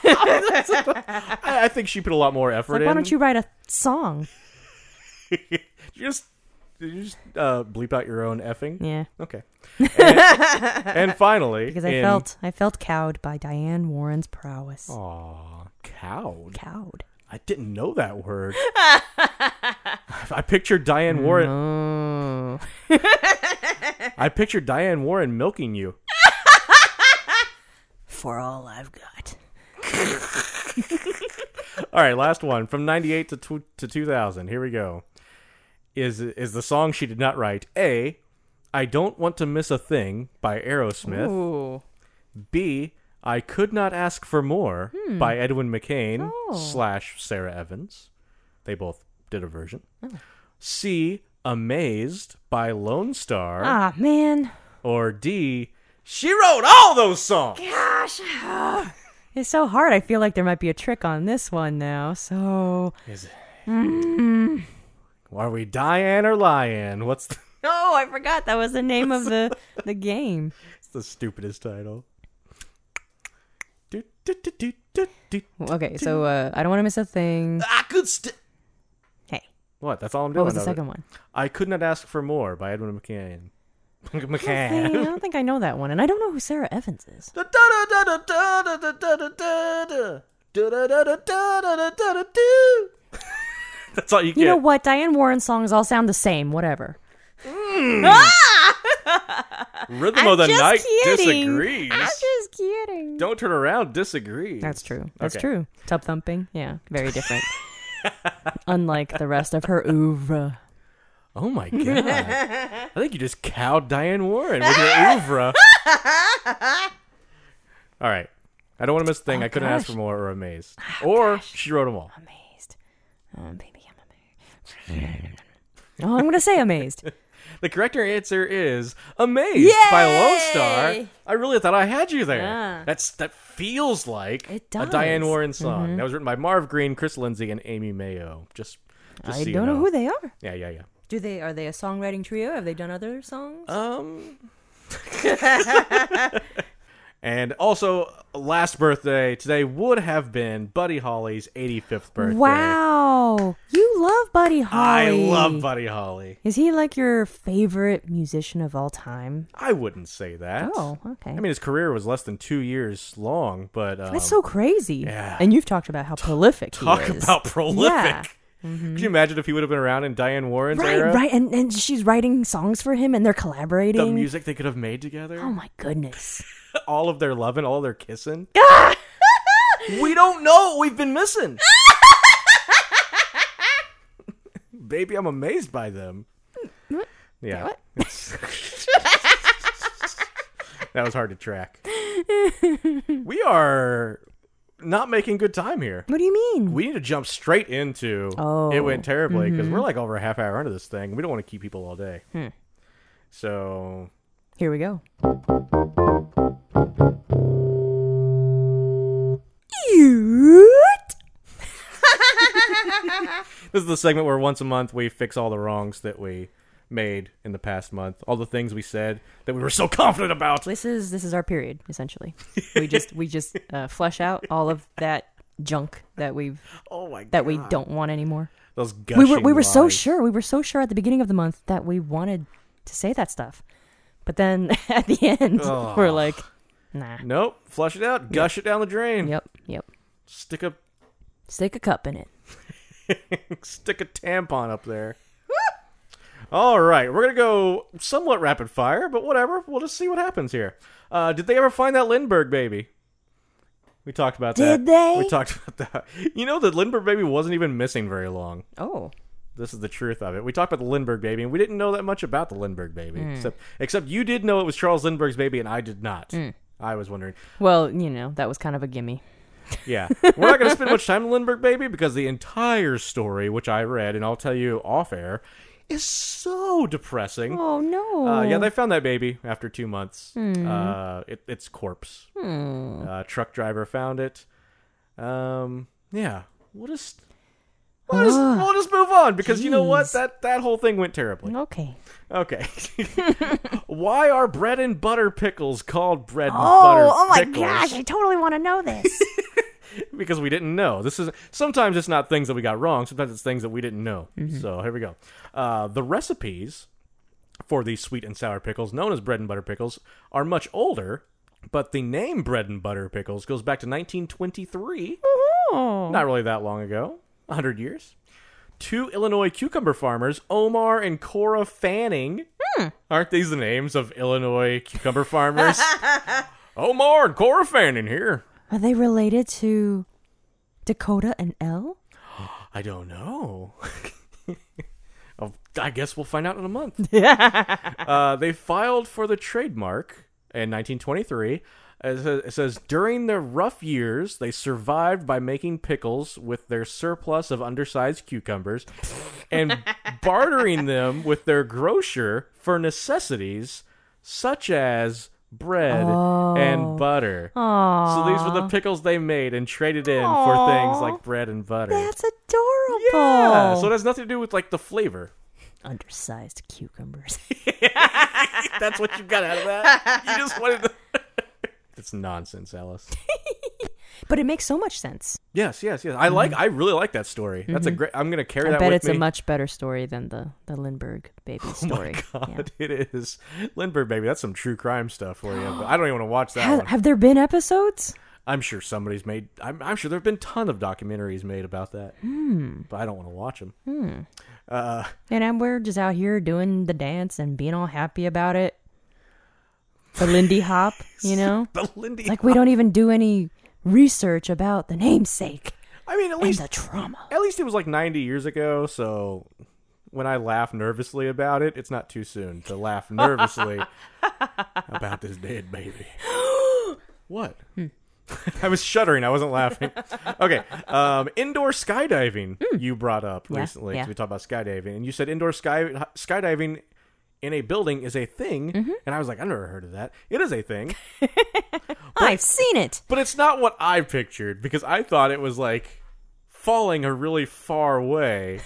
B: I, I think she put a lot more effort
A: Like,
B: in.
A: why don't you write a song?
B: you just did you just uh, bleep out your own effing?
A: Yeah,
B: Okay. And, and finally,
A: Mm. because I
B: in- Oh.
A: felt I felt cowed by Diane Warren's prowess.
B: Aw, cowed.
A: Cowed.
B: I didn't know that word. I pictured Diane Warren.
A: Oh.
B: I pictured Diane Warren milking you.
A: For all I've got.
B: All right, last one from '98 to tw- to 2000. Here we go. Is is the song she did not write? A. I don't want to miss a thing by Aerosmith.
A: Ooh.
B: B. I could not ask for more by Edwin McCain
A: Hmm. Oh.
B: slash Sarah Evans. They both did a version.
A: Oh.
B: C. Amazed by Lone Star.
A: Ah man.
B: Or D. She wrote all those songs.
A: It's so hard. I feel like there might be a trick on this one now. So
B: Is it? Are we Diane or Lion? What's the,
A: Oh, I forgot that was the name of the the game.
B: it's the stupidest title? Do, do, do, do, do, do.
A: Okay, so uh, I don't want to miss a thing.
B: I could. St-
A: Hey,
B: what? That's all I'm doing.
A: what was the
B: of it.
A: second one?
B: I could not ask for more by Edwin McCain.
A: I don't think- I
B: McCann.
A: don't think I know that one, and I don't know who Sarah Evans is.
B: That's all you get.
A: You know what? Diane Warren songs all sound the same. Whatever.
B: Rhythm of the
A: Just
B: night
A: kidding.
B: disagrees.
A: I'm just kidding.
B: Don't turn around. Disagrees.
A: That's true. That's
B: Okay.
A: true. Tub thumping. Yeah, very different. Unlike the rest of her oeuvre.
B: Oh my god! I think you just cowed Diane Warren with your oeuvre. all right. I don't want to miss a thing. I couldn't ask for
A: Oh gosh. Oh
B: more or amazed. or she wrote them all.
A: Amazed. Oh, baby, I'm amazed. oh, I'm going to say amazed.
B: The correct answer is Amazed by Lone Star.
A: Yay!
B: I really thought I had you there.
A: Yeah.
B: That's that feels like
A: It
B: a Diane
A: does. Mm-hmm.
B: Warren song. That was written by Marv Green, Chris Lindsay, and Amy Mayo. Just, just
A: I
B: so you
A: don't know who they are.
B: Yeah, yeah, yeah.
A: Do they are they a songwriting trio? Have they done other songs?
B: Um. and also, last birthday today would have been Buddy Holly's 85th birthday.
A: wow. You love Buddy Holly.
B: I love Buddy Holly.
A: Is he like your favorite musician of all time?
B: I wouldn't say that.
A: Oh, okay.
B: I mean, his career was less than two years long, but um,
A: That's so crazy.
B: yeah.
A: And you've talked about how prolific
B: talk
A: he is.
B: about prolific.
A: Yeah.
B: Could you imagine if he would have been around in Diane Warren's
A: Right,
B: era?
A: right. And and she's writing songs for him and they're collaborating.
B: The music they could have made together,
A: Oh my goodness.
B: all of their loving, all their kissing. we don't know what we've been missing. Baby, I'm amazed by them. Yeah. It's- that was hard to track. we are not making good time here.
A: What do you mean?
B: We need to jump straight into
A: Oh.
B: it went terribly because we're like over a half hour into this thing. We don't want to keep people all day. So
A: Here we go. Cute.
B: this is the segment where once a month we fix all the wrongs that we made in the past month, all the things we said that we were so confident about.
A: This is this is our period essentially. We just we just uh, flesh out all of that junk that we've
B: Oh my god,
A: that we don't want anymore.
B: those
A: we
B: gushing
A: were we were so
B: lies.
A: sure we were so sure at the beginning of the month that we wanted to say that stuff but then at the end we're like Nah.
B: Nope. Flush it out. Gush it down the drain.
A: Yep. Yep.
B: Stick a
A: Stick a cup in it.
B: stick a tampon up there. All right, we're gonna go somewhat rapid fire, but whatever. We'll just see what happens here. Uh, did they ever find that Lindbergh baby? We talked about that.
A: Did they?
B: We talked about that. You know, the Lindbergh baby wasn't even missing very long.
A: Oh.
B: This is the truth of it. We talked about the Lindbergh baby, and we didn't know that much about the Lindbergh baby, except except you did know it was Charles Lindbergh's baby, and I did not. I was wondering.
A: Well, you know, that was kind of a gimme.
B: Yeah. We're not going to spend much time on Lindbergh Baby because the entire story, which I read, and I'll tell you off air, is so depressing.
A: Oh no.
B: Uh, yeah, they found that baby after two months. Uh, it, its corpse. Uh, truck driver found it. Um, yeah. We'll just. We'll just, we'll just move on because you know what
A: Jeez.
B: that that whole thing went terribly.
A: Okay.
B: Okay, why are bread and butter pickles called bread and butter?
A: Oh, oh my
B: pickles?
A: gosh, I totally want to know this.
B: because we didn't know. This is sometimes it's not things that we got wrong. Sometimes it's things that we didn't know.
A: Mm-hmm.
B: So here we go. Uh, the recipes for these sweet and sour pickles, known as bread and butter pickles, are much older. But the name bread and butter pickles goes back to 1923.
A: oh.
B: Not really that long ago. 100 years. Two Illinois cucumber farmers, Omar and Cora Fanning. Aren't these the names of Illinois cucumber farmers? Omar and Cora Fanning here.
A: Are they related to Dakota and Elle?
B: I don't know. Oh, I guess we'll find out in a month. uh, they filed for the trademark in 1923. It says, it says during their rough years, they survived by making pickles with their surplus of undersized cucumbers and bartering them with their grocer for necessities such as bread and butter. So these were the pickles they made and traded in for things
A: Aw.
B: like bread and butter.
A: That's adorable.
B: Yeah, so it has nothing to do with like the flavor.
A: Undersized cucumbers.
B: That's what you got out of that. You just wanted. To... it's nonsense, Alice.
A: but it makes so much sense.
B: Yes, yes, yes. I like. I really like that story. That's a great. I'm gonna carry
A: I
B: that
A: bet
B: with
A: it's
B: me. Oh
A: a much better story than the, the Lindbergh baby story. Yeah.
B: God, it is Lindbergh, baby. That's some true crime stuff for you. But I don't even want to watch that
A: Have,
B: one.
A: have there been episodes?
B: I'm sure somebody's made. I'm, I'm sure there have been ton of documentaries made about that, but I don't want to watch them. Uh,
A: And I'm, we're just out here doing the dance and being all happy about it. The Lindy Hop, you know?
B: the Lindy.
A: Like, we don't even do any research about the namesake
B: I mean, at
A: and
B: least
A: the trauma.
B: at least it was like 90 years ago so when i laugh nervously about it it's not too soon to laugh nervously about this dead baby what
A: Hmm.
B: i was shuddering i wasn't laughing okay um, indoor skydiving you brought up
A: Hmm. Yeah,
B: recently 'cause
A: yeah.
B: we talked about skydiving and you said indoor sky skydiving in a building is a thing
A: Mm-hmm.
B: and i was like i've never heard of that it is a thing
A: I've seen it.
B: but it's not what I pictured because I thought it was like falling a really far way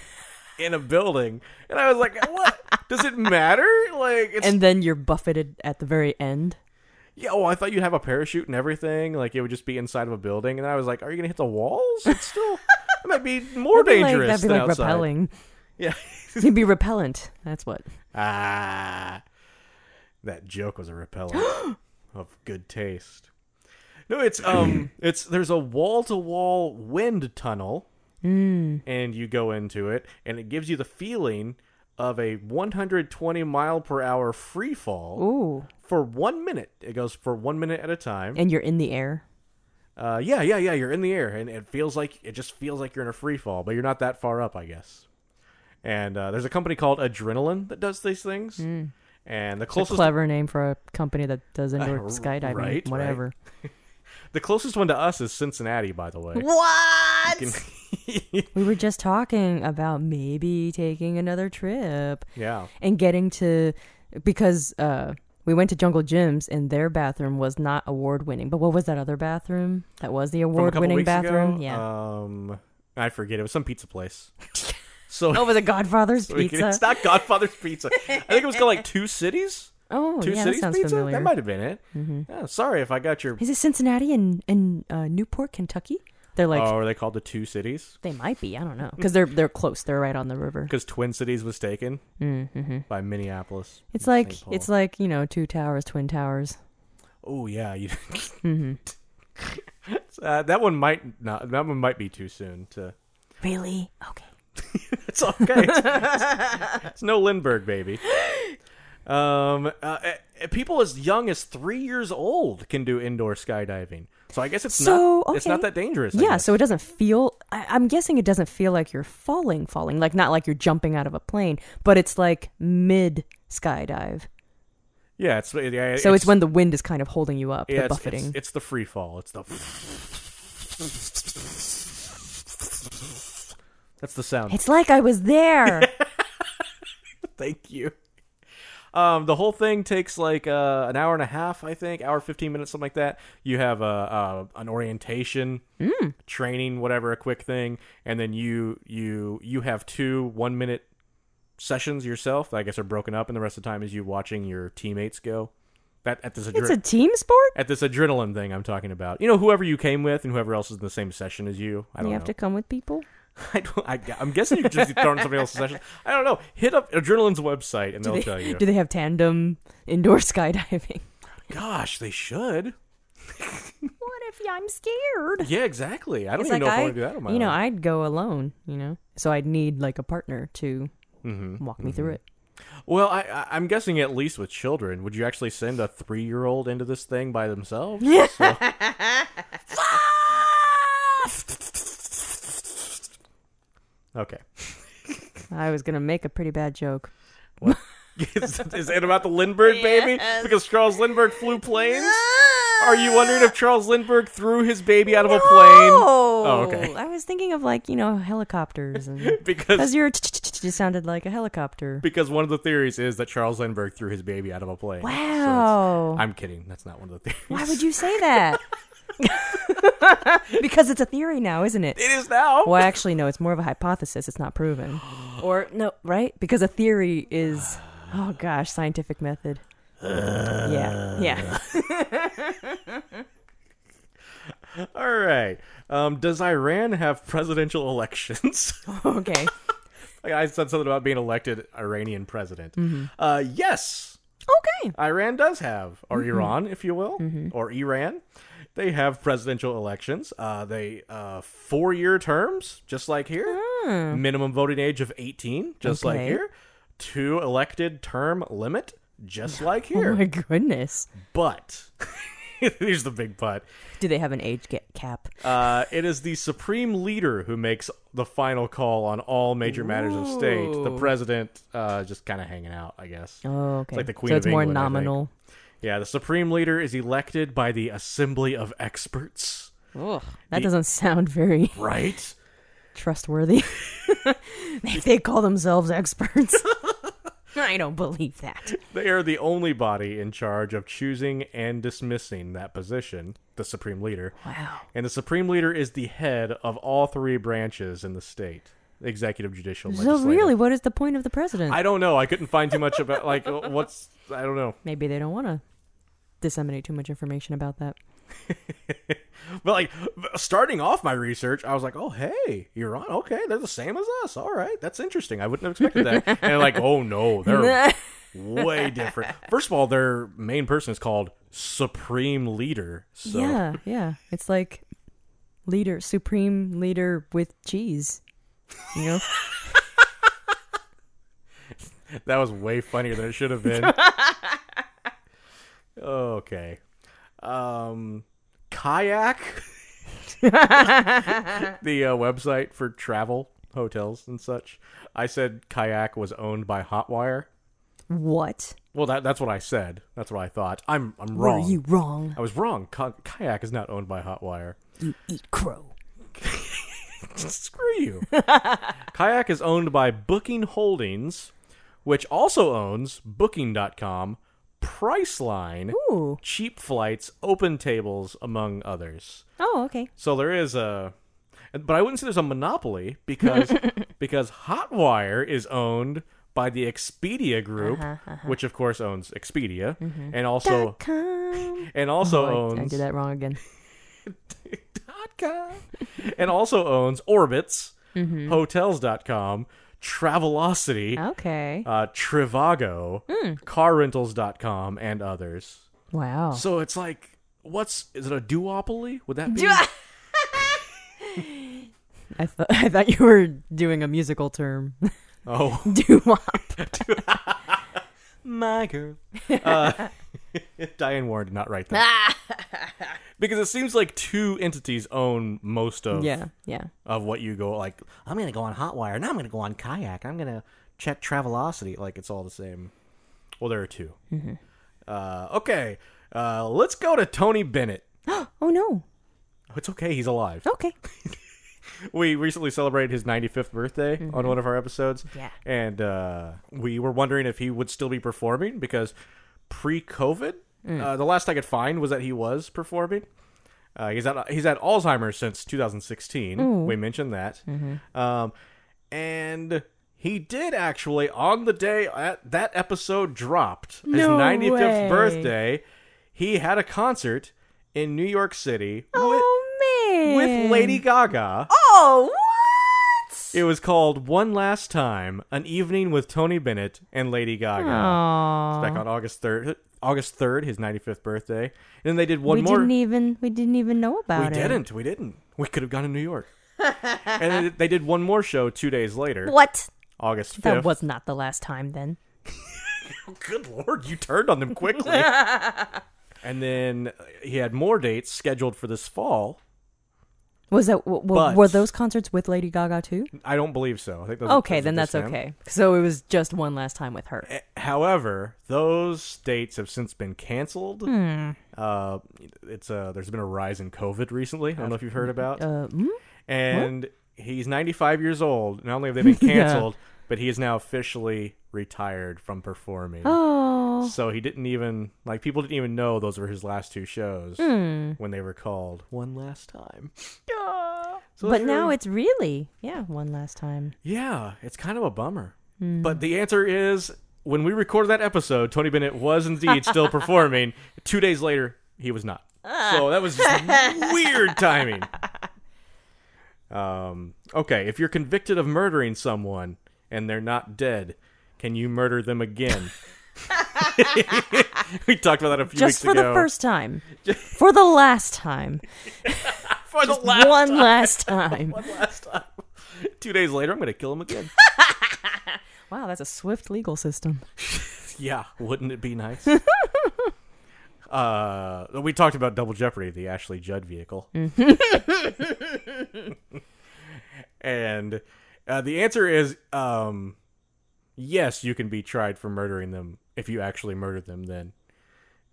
B: in a building, and I was like, "What does it matter?" Like, it's,
A: And then you're buffeted at the very end.
B: yeah, oh, I thought you'd have a parachute and everything. Like, it would just be inside of a building, and I was like, "Are you gonna hit the walls?" It's still it might be more
A: That'd be like-
B: dangerous
A: that'd be
B: than
A: like
B: outside.
A: repelling.
B: Yeah,
A: You'd be repellent. That's what.
B: ah, that joke was a repellent of good taste. No, it's um, it's there's a wall to wall wind tunnel, and you go into it, and it gives you the feeling of a 120 mile per hour free fall
A: Ooh.
B: for one minute. It goes for one minute at a time.
A: And you're in the air.
B: Uh, yeah, yeah, yeah. You're in the air, and it feels like it just feels like you're in a free fall, but you're not that far up, I guess. And uh, there's a company called Adrenaline that does these things, and
A: Hmm.
B: the
A: It's a
B: closest
A: clever name for a company that does indoor
B: Uh, r-
A: skydiving,
B: right,
A: whatever.
B: the closest one to us is Cincinnati, by the way.
A: What?
B: You
A: we were just talking about maybe taking another trip
B: Yeah.
A: and getting to because uh we went to Jungle Gyms and their bathroom was not award winning. But what was that other bathroom? That was the
B: From a
A: award
B: couple
A: winning
B: weeks
A: bathroom.
B: ago,
A: yeah.
B: Um, I forget. It was some pizza place. So
A: oh, was it Godfather's
B: we can-
A: Pizza?
B: It's not Godfather's Pizza. I think it was called like Two Cities.
A: oh,
B: Two
A: yeah, that
B: Cities
A: sounds
B: Pizza.
A: familiar. Mm-hmm.
B: That might have been it. Yeah, sorry if I got your.
A: Is it Cincinnati and and uh, Newport, Kentucky? They're like
B: oh, are they called the Two Cities?
A: they might be. I don't know because they're they're close. They're right on the river. Mm-hmm.
B: Because Twin Cities was taken by Minneapolis.
A: It's like
B: St. Paul.
A: it's like you know two towers, twin towers.
B: oh yeah, you.
A: Mm-hmm.
B: uh, that one might not. That one might be too soon to.
A: Really? Okay.
B: It's okay. It's, it's no Lindbergh, baby. Um, uh, eh, eh, people as young as three years old can do indoor skydiving. So I guess it's
A: So,
B: not. It's
A: okay.
B: not that dangerous. I
A: yeah,
B: guess.
A: so it doesn't feel. I, I'm guessing it doesn't feel like you're falling, falling. Like not like you're jumping out of a plane, but it's like mid skydive.
B: yeah, it's yeah,
A: So it's, when the wind is kind of holding you up,
B: yeah,
A: the
B: it's,
A: buffeting.
B: it's, it's the free fall. It's the. That's the sound.
A: It's like I was there.
B: Thank you. Um, the whole thing takes like uh, an hour and a half, I think, hour fifteen minutes, something like that. You have a, uh an orientation,
A: Mm.
B: training, whatever, a quick thing, and then you you you have two one minute sessions yourself. that I guess are broken up, and the rest of the time is you watching your teammates go. That at this
A: it's
B: adre-
A: a team sport.
B: at this adrenaline thing I'm talking about. You know, whoever you came with and whoever else is in the same session as you. I
A: You
B: don't
A: have
B: know.
A: to come with people.
B: I don't, I, I'm guessing you just thrown somebody else's session. I don't know. Hit up Adrenaline's website and they'll tell you.
A: Do they have tandem indoor skydiving?
B: Gosh, they should.
A: What if I'm scared?
B: Yeah, exactly. I don't
A: It's
B: even
A: like
B: know if I,
A: I,
B: want to do that on my
A: you know,
B: own.
A: I'd go alone. You know, so I'd need like a partner to
B: Mm-hmm.
A: walk me through it.
B: well, I, I, I'm guessing at least with children, would you actually send a three-year-old into this thing by themselves? Yeah. okay.
A: I was gonna make a pretty bad joke.
B: is, is it about the Lindbergh baby? Because Charles Lindbergh flew planes. Are you wondering if Charles Lindbergh threw his baby out of a plane? Oh, okay.
A: I was thinking of like you know helicopters and
B: Because
A: because your just sounded like a helicopter.
B: because one of the theories is that Charles Lindbergh threw his baby out of a plane. So it's-
A: Wow.
B: I'm kidding. That's not one of the theories.
A: Why would you say that? because it's a theory now, isn't it?
B: It is now.
A: Well, actually, no. It's more of a hypothesis. It's not proven. Or no, right? Because a theory is oh gosh, scientific method.
B: Uh.
A: yeah, yeah.
B: All right. Um, does Iran have presidential elections?
A: okay.
B: Like, I said something about being elected Iranian president.
A: Mm-hmm.
B: Uh, yes,
A: Okay.
B: Iran does have, or
A: Mm-hmm.
B: Iran, if you will, or Iran. They have presidential elections. Uh, they uh, four-year terms, just like here. Minimum voting age of eighteen, just like
A: Ah. Okay.
B: here. Two elected term limit, just like
A: Oh
B: here.
A: my goodness.
B: but here's the big but.
A: Do they have an age get cap?
B: Uh, it is the supreme leader who makes the final call on all major matters of state. The
A: Ooh.
B: president uh, just kind of hanging out, I guess.
A: Oh, okay.
B: like the Queen
A: so
B: of
A: it's more
B: England, I think.
A: nominal.
B: Yeah, the supreme leader is elected by the assembly of experts,
A: Ugh, that doesn't sound very
B: right?
A: trustworthy. if they call themselves experts, I don't believe that.
B: They are the only body in charge of choosing and dismissing that position, the supreme leader.
A: Wow.
B: And the supreme leader is the head of all three branches in the state executive, judicial,
A: So
B: legislative.
A: really, what is the point of the president?
B: I don't know. I couldn't find too much about, like, what's, I don't know.
A: Maybe they don't want to disseminate too much information about that.
B: But like starting off my research, I was like, "Oh, hey, Iran. Okay, they're the same as us. All right, that's interesting. I wouldn't have expected that." and like, "Oh no, they're way different." First of all, their main person is called Supreme Leader. So
A: Yeah, yeah. It's like leader, supreme leader with cheese. You know,
B: that was way funnier than it should have been. okay, um, kayak. the uh, website for travel hotels and such. I said kayak was owned by Hotwire.
A: what?
B: Well, that, that's what I said. That's what I thought. I'm I'm
A: Were
B: wrong.
A: you wrong?
B: I was wrong. Ka- kayak is not owned by Hotwire.
A: You eat crow.
B: Screw you. kayak is owned by Booking Holdings, which also owns Booking.com, Priceline,
A: Ooh.
B: Cheap Flights, Open Tables, among others.
A: Oh, okay.
B: So there is a, but I wouldn't say there's a monopoly because because Hotwire is owned by the Expedia Group,
A: Uh-huh,
B: which of course owns Expedia,
A: Mm-hmm.
B: and also
A: Com.
B: and also
A: Oh,
B: owns
A: I, I did that wrong again.
B: .com. and also owns Orbitz,
A: Mm-hmm.
B: Hotels.com, Travelocity,
A: Okay. Hmm.
B: uh, Trivago, CarRentals.com, and others.
A: Wow.
B: So it's like, what's is it a duopoly? Would that be?
A: I thought I thought you were doing a musical term.
B: oh,
A: Doo wop.
B: my girl. Uh, Diane Warren did not write that because it seems like two entities own most of
A: Yeah, yeah.
B: of what you go like. I'm gonna go on Hotwire. Now I'm gonna go on Kayak. I'm gonna check Travelocity. Like it's all the same. Well, there are 2 Uh, okay, uh, let's go to Tony Bennett.
A: Oh no.
B: It's okay. He's alive.
A: Okay.
B: we recently celebrated his 95th birthday on one of our episodes.
A: Mm-hmm. Yeah.
B: And uh, we were wondering if he would still be performing because pre COVID,
A: Mm.
B: uh, the last I could find was that he was performing. Uh, he's at he's had Alzheimer's since 2016. We mentioned that,
A: Mm-hmm.
B: um, and he did actually on the day at, that episode dropped his
A: No
B: 95th
A: way.
B: birthday. He had a concert in New York City
A: Oh man.
B: with, with Lady Gaga.
A: Oh what?
B: It was called One Last Time, an evening with Tony Bennett and Lady Gaga.
A: Aww.
B: Back on August third, August third, his ninety fifth birthday. And then they did one
A: we
B: more.
A: didn't even we didn't even know
B: we
A: about it.
B: didn't. We didn't. We could have gone to New York. and then they did one more show two days later,
A: What?
B: August fifth.
A: That was not the last time then.
B: Good lord, you turned on them quickly. and then he had more dates scheduled for this fall.
A: Was that w- w-
B: But-
A: were those concerts with Lady Gaga too?
B: I don't believe so. I think those,
A: Okay,
B: those are
A: then
B: just
A: that's
B: him.
A: okay. So it was just one last time with
B: Eh.
A: her.
B: However, those dates have since been canceled.
A: Hmm.
B: Uh, it's uh, there's been a rise in COVID recently. I don't know if you've heard about.
A: Uh, mm?
B: and he's 95 years old. Not only have they been
A: Yeah.
B: canceled, but he is now officially retired from performing.
A: Oh,
B: So he didn't even like people didn't even know those were his last two shows
A: Hmm.
B: when they were called one last time. So
A: but
B: it's
A: now
B: really-
A: it's really yeah, one last time.
B: yeah, it's kind of a bummer.
A: Hmm.
B: But the answer is when we recorded that episode, Tony Bennett was indeed still performing. Two days later, he was not. So that was just weird timing. Um, okay, if you're convicted of murdering someone and they're not dead, can you murder them again? we talked about that a few
A: Just
B: weeks
A: for
B: ago.
A: the first time, for the last time,
B: for the last
A: one last time.
B: last time. Two days later, I'm going to kill him again.
A: Wow, that's a swift legal system.
B: Yeah, wouldn't it be nice? uh, we talked about Double Jeopardy, the Ashley Judd vehicle, and uh, the answer is um, yes. You can be tried for murdering them if you actually murdered them, then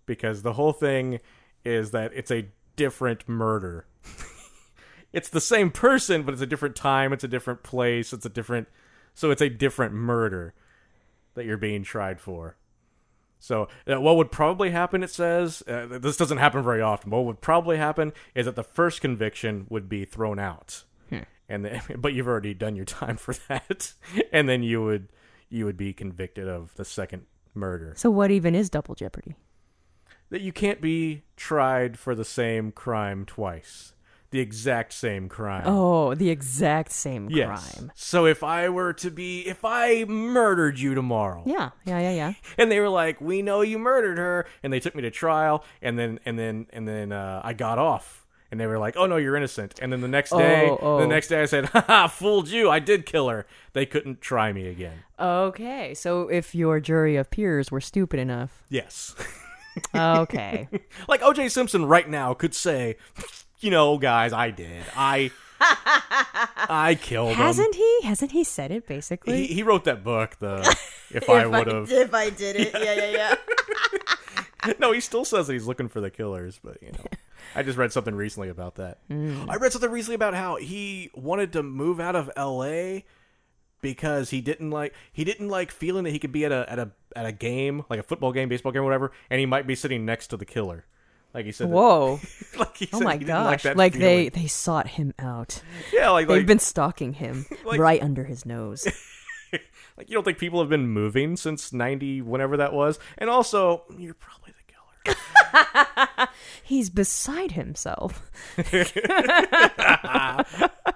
B: because the whole thing is that it's a different murder. it's the same person, but it's a different time. It's a different place. It's a different. So it's a different murder that you're being tried for. So, uh, what would probably happen, it says, uh, this doesn't happen very often. What would probably happen is that the first conviction would be thrown out, and then, but you've already done your time for that, and then you would you would be convicted of the second murder.
A: So what even is double jeopardy?
B: That you can't be tried for the same crime twice, the exact same crime.
A: Oh, the exact same
B: yes.
A: crime.
B: So if I were to be, if I murdered you tomorrow,
A: Yeah, yeah, yeah, yeah.
B: and they were like, "We know you murdered her," and they took me to trial, and then and then and then uh, I got off, and they were like, "Oh no, you're innocent." And then the next day,
A: Oh, oh.
B: the next day, I said, "Ha ha, fooled you! I did kill her." They couldn't try me again.
A: Okay, so if your jury of peers were stupid enough,
B: Yes,
A: okay,
B: like O.J. Simpson right now could say, "You know, guys, I did. I I killed him."
A: hasn't he? Hasn't he said it basically?
B: He, he wrote that book, the if, I would have.
D: If I did it, yeah, yeah, yeah.
B: No, he still says that he's looking for the killers, but you know. I just read something recently about that.
A: Mm.
B: I read something recently about how he wanted to move out of LA because he didn't like he didn't like feeling that he could be at a at a at a game, like a football game, baseball game, whatever, and he might be sitting next to the killer. Like he said that-
A: Whoa!
B: like he
A: Oh
B: said
A: my
B: he didn't like
A: gosh!
B: that
A: Like
B: feeling.
A: they they sought him out.
B: Yeah, like
A: They've
B: like,
A: been stalking him
B: Like-
A: right under his nose.
B: like you don't think people have been moving since 90 whenever that was. And also, you're probably the killer.
A: He's beside himself.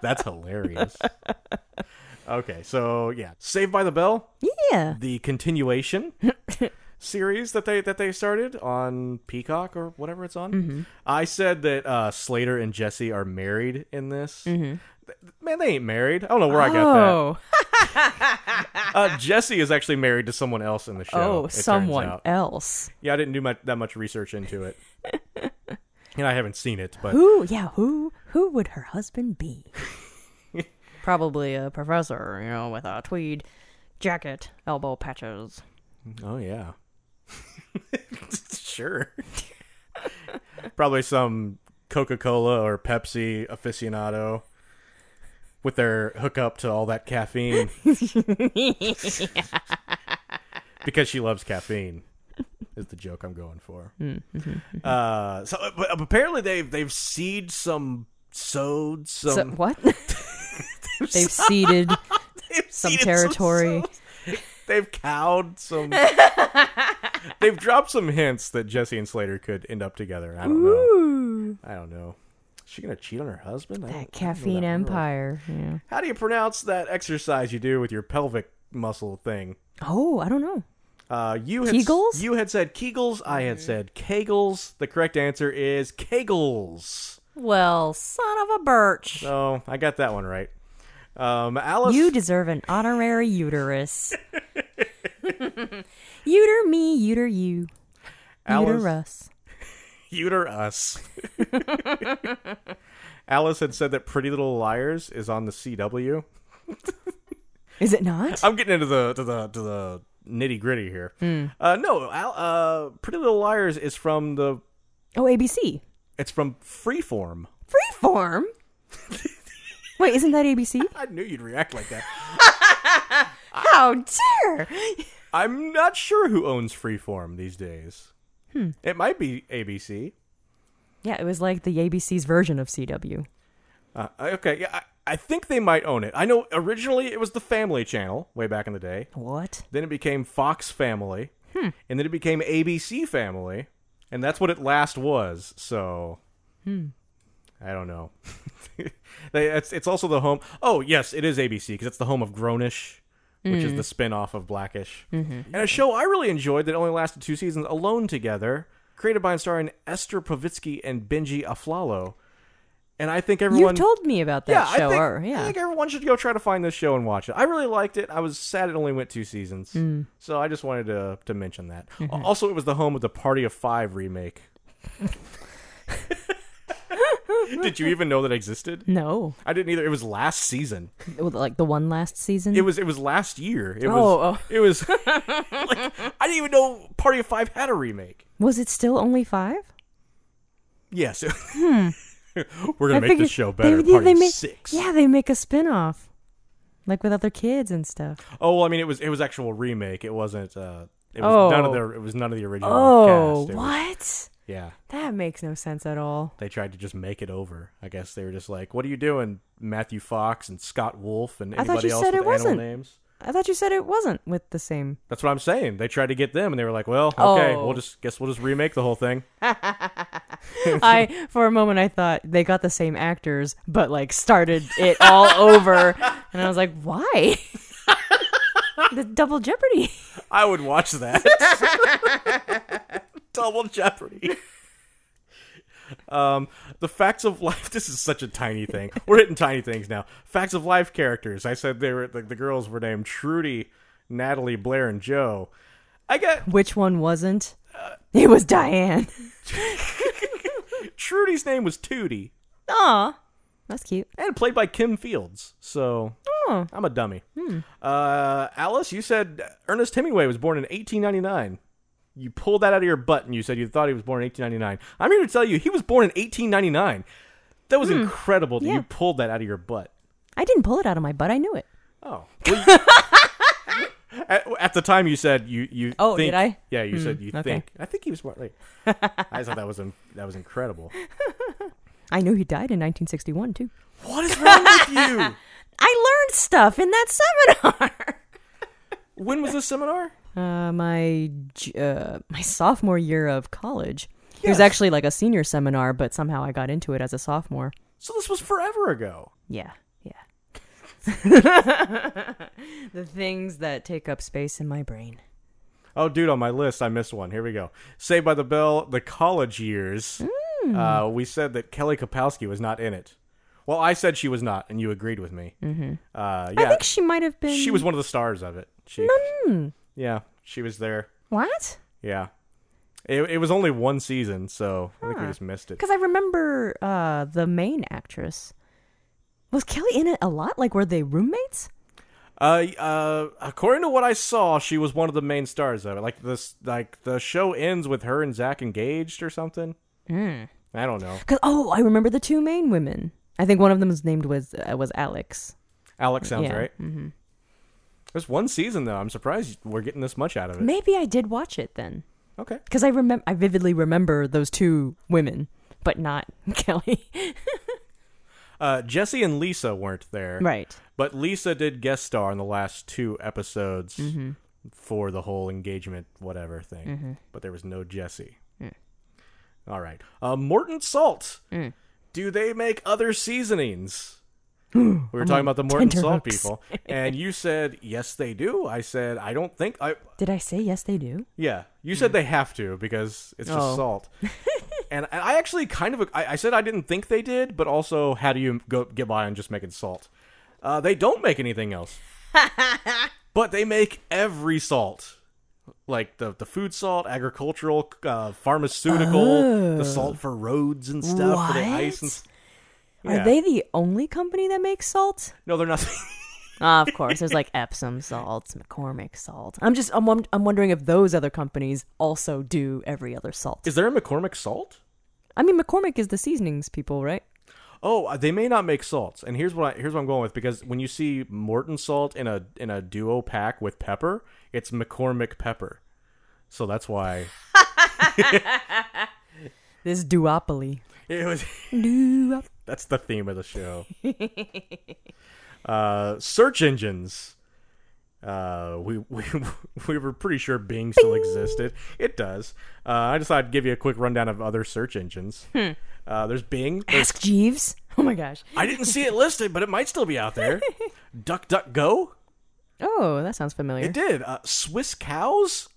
B: That's hilarious. okay, so yeah, Saved by the Bell,
A: Yeah.
B: the continuation. series that they that they started on Peacock or whatever it's on.
A: Mm-hmm.
B: I said that uh, Slater and Jesse are married in this. Th- Man, they ain't married. I don't know where I got
A: Mm-hmm. oh,
B: that. Uh, Jesse is actually married to someone else in the show.
A: oh,
B: it turns
A: someone
B: out.
A: else.
B: Yeah, I didn't do much, that much research into it, and I haven't seen it. But
A: Who? Yeah, who? Who would her husband be? Probably a professor, you know, with a tweed jacket, elbow patches.
B: oh yeah, sure. Probably some Coca Cola or Pepsi aficionado with their hookup to all that caffeine because she loves caffeine. Is the joke I'm going for? Uh, so, but apparently they've they've seed some sowed some
A: So, what? They've seeded some
B: seeded
A: territory.
B: sows. They've cowed some. They've dropped some hints that Jesse and Slater could end up together. I don't know. I don't know. Is she gonna cheat on her husband? I don't- I
A: that
B: don't know
A: caffeine
B: that word.
A: empire. Yeah.
B: How do you pronounce that exercise you do with your pelvic muscle thing?
A: Oh, I don't know.
B: Uh, you had,
A: Kegels?
B: You had said Kegels. I had said Kegels. The correct answer is Kegels.
A: Well, son of a birch.
B: So I got that one right. Um, Alice.
A: You deserve an honorary uterus. uter me, uter you.
B: Alice,
A: Uterus.
B: Uter us. Alice had said that Pretty Little Liars is on the CW.
A: Is it not?
B: I'm getting into the to the to the nitty gritty here. Uh, no, Al, uh, Pretty Little Liars is from the
A: Oh, ABC.
B: it's from Freeform.
A: Freeform? Wait, isn't that ABC?
B: I knew you'd react like that.
A: How dare!
B: I'm not sure who owns Freeform these days. It might be ABC.
A: Yeah, it was like the ABC's version of CW.
B: Uh, okay, yeah, I, I think they might own it. I know originally it was the Family Channel way back in the day.
A: What?
B: Then it became Fox Family. And then it became ABC Family. And that's what it last was. So I don't know. They- it's, it's also the home. Oh, yes, it is ABC because it's the home of Grownish, which is the spin off of Blackish. And a show I really enjoyed that only lasted two seasons, Alone Together, created by and starring Esther Pavitsky and Benji Aflalo. And I think everyone
A: You've told me about
B: yeah,
A: that show,
B: I think,
A: or
B: I
A: yeah.
B: think everyone should go try to find this show and watch it. I really liked it. I was sad it only went two seasons,
A: Mm.
B: so I just wanted to to mention that.
A: Mm-hmm.
B: Also, it was the home of the Party of Five remake. Did you even know that existed?
A: No,
B: I didn't either. It was last season.
A: It was like the one last season.
B: It was it was last year. It
A: Oh,
B: was
A: oh.
B: it was like I didn't even know Party of Five had a remake.
A: Was it still only five?
B: Yes. We're gonna
A: Hmm. I
B: make this
A: figured
B: show better.
A: They,
B: Party
A: they
B: of
A: make,
B: Six.
A: Yeah, they make a spin-off. Like with other kids and stuff.
B: Oh, well, I mean, it was it was actual remake. It wasn't. Uh, it was
A: Oh.
B: none of the it was none of the original.
A: Oh,
B: cast. It
A: what?
B: was- yeah,
A: That makes no sense at all.
B: they tried to just make it over. I guess they were just like, "What are you doing, Matthew Fox and Scott Wolf and
A: I thought
B: anybody
A: you
B: else
A: said
B: with
A: it
B: animal
A: wasn't.
B: names?"
A: I thought you said it wasn't with the same.
B: That's what I'm saying. They tried to get them, and they were like, "Well, okay,
A: Oh.
B: we'll just guess we'll just remake the whole thing."
A: I for a moment I thought they got the same actors, but like started it all over, and I was like, why? the double jeopardy.
B: I would watch that. Double Jeopardy. Um, the facts of life. This is such a tiny thing. We're hitting tiny things now. Facts of life characters. I said they were the, the girls were named Trudy, Natalie, Blair, and Joe. I got
A: Which one wasn't? It was Diane.
B: Trudy's name was Tootie,
A: Aw, that's cute.
B: and played by Kim Fields. So
A: Oh,
B: I'm a dummy. Uh, Alice, you said Ernest Hemingway was born in 1899. You pulled that out of your butt and you said you thought he was born in 1899. I'm here to tell you he was born in 1899. That was incredible that
A: Hmm. Yeah.
B: you pulled that out of your butt.
A: I didn't pull it out of my butt. I knew it.
B: Oh. Well, you- at, at the time you said you you
A: Oh,
B: think-
A: did I? Hmm.
B: Yeah, you said you
A: okay.
B: think. I think he was born like I thought that was in- that was incredible.
A: I knew he died in 1961 too.
B: What is wrong with you?
A: I learned stuff in that seminar.
B: When was this seminar?
A: Uh, my j- uh, my sophomore year of college. It
B: Yes.
A: was actually like a senior seminar, but somehow I got into it as a sophomore.
B: So this was forever ago.
A: Yeah, yeah. the things that take up space in my brain.
B: Oh, dude, on my list, I missed one. Here we go. Saved by the Bell, The College Years.
A: Mm.
B: Uh, we said that Kelly Kapowski was not in it. Well, I said she was not, and you agreed with me. Mm-hmm. Uh, yeah,
A: I think she might have been.
B: she was one of the stars of it. She, yeah, she was there.
A: What?
B: Yeah, it, it was only one season, so I think we just missed it.
A: Because I remember uh, the main actress. Was Kelly in it a lot? Like, were they roommates?
B: Uh, uh, according to what I saw, she was one of the main stars of it. Like this, like the show ends with her and Zach engaged or something.
A: Mm.
B: I don't know.
A: Because oh, I remember the two main women. I think one of them was named was uh, was Alex.
B: Alex sounds
A: Yeah,
B: right. Mm-hmm. There's one season though. I'm surprised we're getting this much out of it.
A: Maybe I did watch it then,
B: Okay.
A: because I remember I vividly remember those two women, but not Kelly.
B: Uh, Jesse and Lisa weren't there,
A: right.
B: But Lisa did guest star in the last two episodes for the whole engagement whatever thing. But there was no Jesse. All right. Uh, Morton Salt. Do they make other seasonings? We were talking about the Morton Salt
A: tenderhooks.
B: people, and you said yes, they do. I said I don't think I.
A: Did I say yes? They do.
B: Yeah, you said they have to because it's just
A: Oh.
B: salt. and and I actually kind of I, I said I didn't think they did, but also how do you go get by on just making salt? Uh, they don't make anything else, but they make every salt, like the the food salt, agricultural, uh, pharmaceutical, the salt for roads and stuff, for the ice. And, s- Yeah.
A: Are they the only company that makes salt?
B: No, they're not.
A: Ah, of course, there's like Epsom salts, McCormick salt. I'm just I'm, won- I'm wondering if those other companies also do every other salt.
B: Is there a McCormick salt?
A: I mean, McCormick is the seasonings people, right?
B: Oh, uh, they may not make salts. And here's what I, here's what I'm going with because when you see Morton salt in a in a duo pack with pepper, it's McCormick pepper. So that's why
A: This duopoly.
B: it was.
A: Duop.
B: that's the theme of the show. uh, search engines. Uh, we, we we were pretty sure Bing still existed. It does. Uh, I just thought I'd give you a quick rundown of other search engines. Uh, there's Bing. There's
A: Ask Jeeves. Oh my gosh.
B: I didn't see it listed, but it might still be out there. DuckDuckGo.
A: Oh, that sounds familiar.
B: It did. Uh, Swiss cows?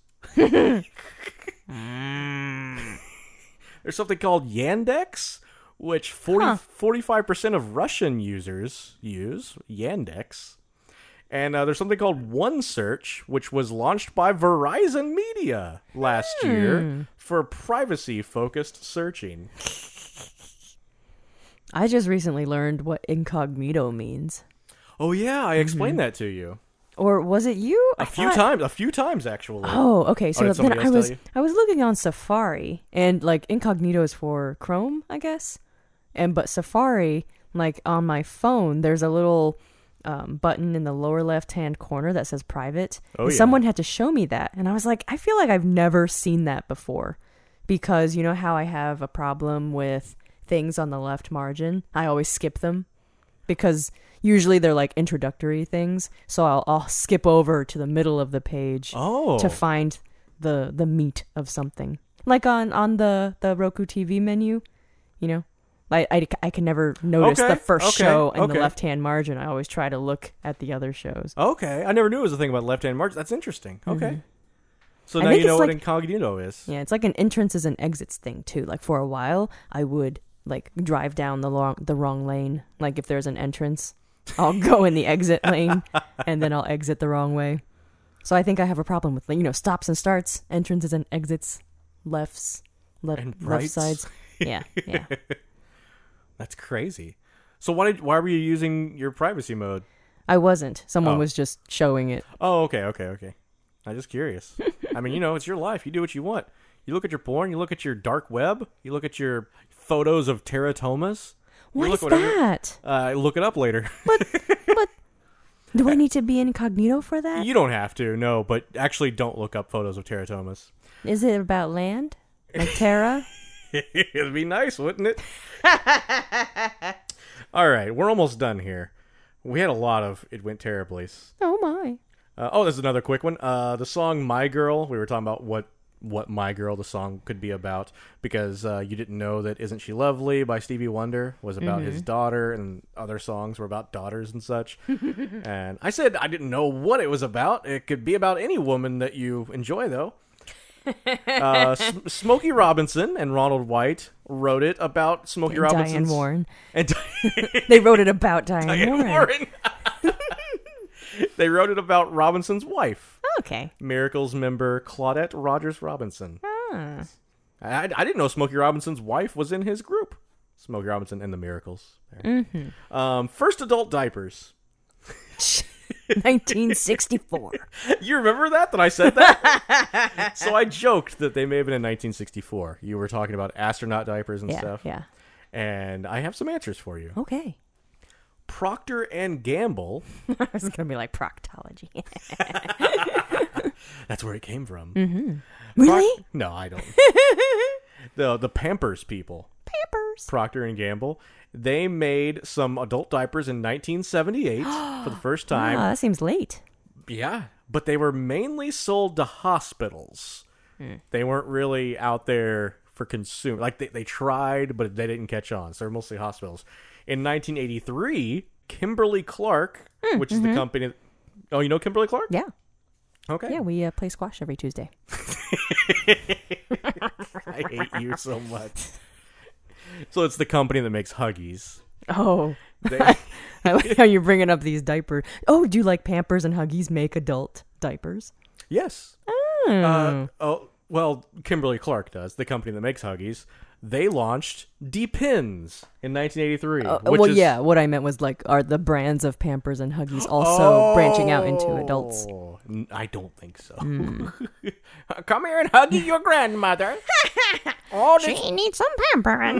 B: There's something called Yandex, which 40, 45% of Russian users use Yandex. And uh, there's something called OneSearch, which was launched by Verizon Media last
A: Hmm.
B: year for privacy focused searching.
A: I just recently learned what incognito means.
B: Oh, yeah, I explained
A: Hmm.
B: that to you.
A: Or was it you?
B: A few times, a few times actually.
A: Oh, okay. So
B: did
A: then
B: somebody
A: I
B: else tell
A: was
B: you?
A: I was looking on Safari and like incognito is for Chrome, I guess. And but Safari, like on my phone, there's a little um, button in the lower left hand corner that says private.
B: Oh,
A: And
B: yeah.
A: Someone had to show me that, and I was like, I feel like I've never seen that before, because you know how I have a problem with things on the left margin. I always skip them because usually they're like introductory things. So I'll, I'll skip over to the middle of the page
B: Oh.
A: to find the the meat of something. Like on on the the Roku TV menu, you know. I, I, I can never notice
B: Okay,
A: the first
B: okay,
A: show in
B: okay.
A: the left hand margin. I always try to look at the other shows.
B: Okay, I never knew it was a thing about left-hand march. That's interesting. Okay, so
A: Mm-hmm. I
B: now
A: think
B: you know
A: it's
B: what
A: like-
B: incognito is.
A: Yeah, it's like an entrances and exits thing too. Like for a while, I would like drive down the long the wrong lane. Like if there's an entrance, I'll go in the exit lane, and then I'll exit the wrong way. So I think I have a problem with like, you know stops and starts, entrances and exits, lefts, left
B: And
A: left
B: rights.
A: sides. Yeah, yeah.
B: That's crazy. So why did why were you using your privacy mode?
A: I wasn't. Someone
B: Oh.
A: was just showing it.
B: Oh, okay, okay, okay. I'm just curious. I mean, you know, it's your life. You do what you want. You look at your porn. You look at your dark web. You look at your photos of teratomas. You
A: What
B: look
A: is
B: whatever-
A: that?
B: Uh, look it up later.
A: Do I need to be incognito for that? Is
B: you don't have to. No, but actually, don't look up photos of teratomas.
A: it about land? Like Terra?
B: It'd be nice, wouldn't it? All right, we're almost done here. We had a lot of it went terribly.
A: oh my.
B: Uh, oh, there's another quick one. Uh, the song "My Girl." We were talking about what what My Girl the song could be about because uh, you didn't know that Isn't She Lovely by Stevie Wonder was about his
A: Mm-hmm.
B: daughter and other songs were about daughters and such. and I said I didn't know what it was about. It could be about any woman that you enjoy though. uh, S- Smokey Robinson and Ronald White wrote it about Smokey
A: And
B: Robinson's
A: Diane Warren.
B: and
A: They wrote it about Diane,
B: Diane
A: Warren.
B: Warren. they wrote it about Robinson's wife,
A: Okay.
B: Miracles member Claudette Rogers Robinson.
A: Ah.
B: I, I didn't know Smokey Robinson's wife was in his group. Smokey Robinson and the Miracles. Mm-hmm. Um, first adult diapers.
A: 1964.
B: You remember that? That I said that? so I joked that they may have been in 1964. You were talking about astronaut diapers and
A: Yeah.
B: stuff.
A: Yeah.
B: And I have some answers for you.
A: Okay.
B: Procter and Gamble
A: I was gonna be like proctology.
B: That's where it came from.
A: Mm-hmm. really?
B: No, I don't. the the Pampers people,
A: Pampers.
B: Procter and Gamble, they made some adult diapers in 1978 for the first time.
A: Ah, that seems late.
B: Yeah, but they were mainly sold to hospitals.
A: Hmm.
B: They weren't really out there for consumer. Like they, they tried, but they didn't catch on. So they're mostly hospitals. In 1983, Kimberly Clark, which is the company. Oh, you know Kimberly Clark?
A: Hmm, mm-hmm. Yeah.
B: Okay.
A: Yeah. We uh, play squash every Tuesday.
B: I hate you so much. So it's the company that makes Huggies.
A: Oh.
B: They,
A: I like how you're bringing up these diapers. Oh, do you like Pampers and Huggies make adult diapers?
B: yes. Uh, oh, well, Kimberly Clark does. The company that makes Huggies. They launched D Pins in 1983.
A: Uh,
B: which
A: well,
B: is-
A: yeah. What I meant was like, are the brands of Pampers and Huggies also branching out into adults? Hmm.
B: Oh, n- I don't think so. Come here and hug your grandmother. oh, this-
A: She needs some pampering.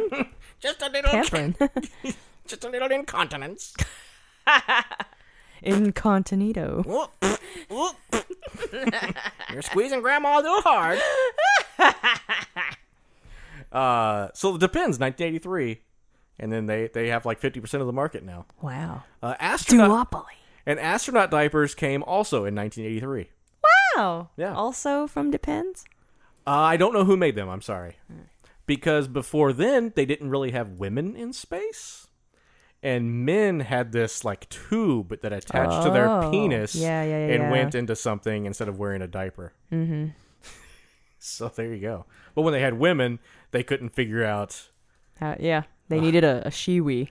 B: just a little,
A: pampering.
B: just a little incontinence.
A: Incontinito.
B: Whoop, whoop. You're squeezing grandma a little hard. uh, so it depends. 1983, and then they they have like 50 percent of the market now.
A: Wow.
B: Uh, astronaut
A: Duopoly.
B: and astronaut diapers came also in 1983.
A: Wow.
B: Yeah.
A: Also from Depends.
B: Uh, I don't know who made them. I'm sorry, because before then they didn't really have women in space. And men had this like tube that attached to their
A: Oh.
B: penis
A: Yeah, yeah, yeah,
B: and
A: yeah.
B: went into something instead of wearing a diaper. Mm-hmm. so there you go. But when they had women, they couldn't figure out
A: Uh, yeah. They needed a, a shiwi.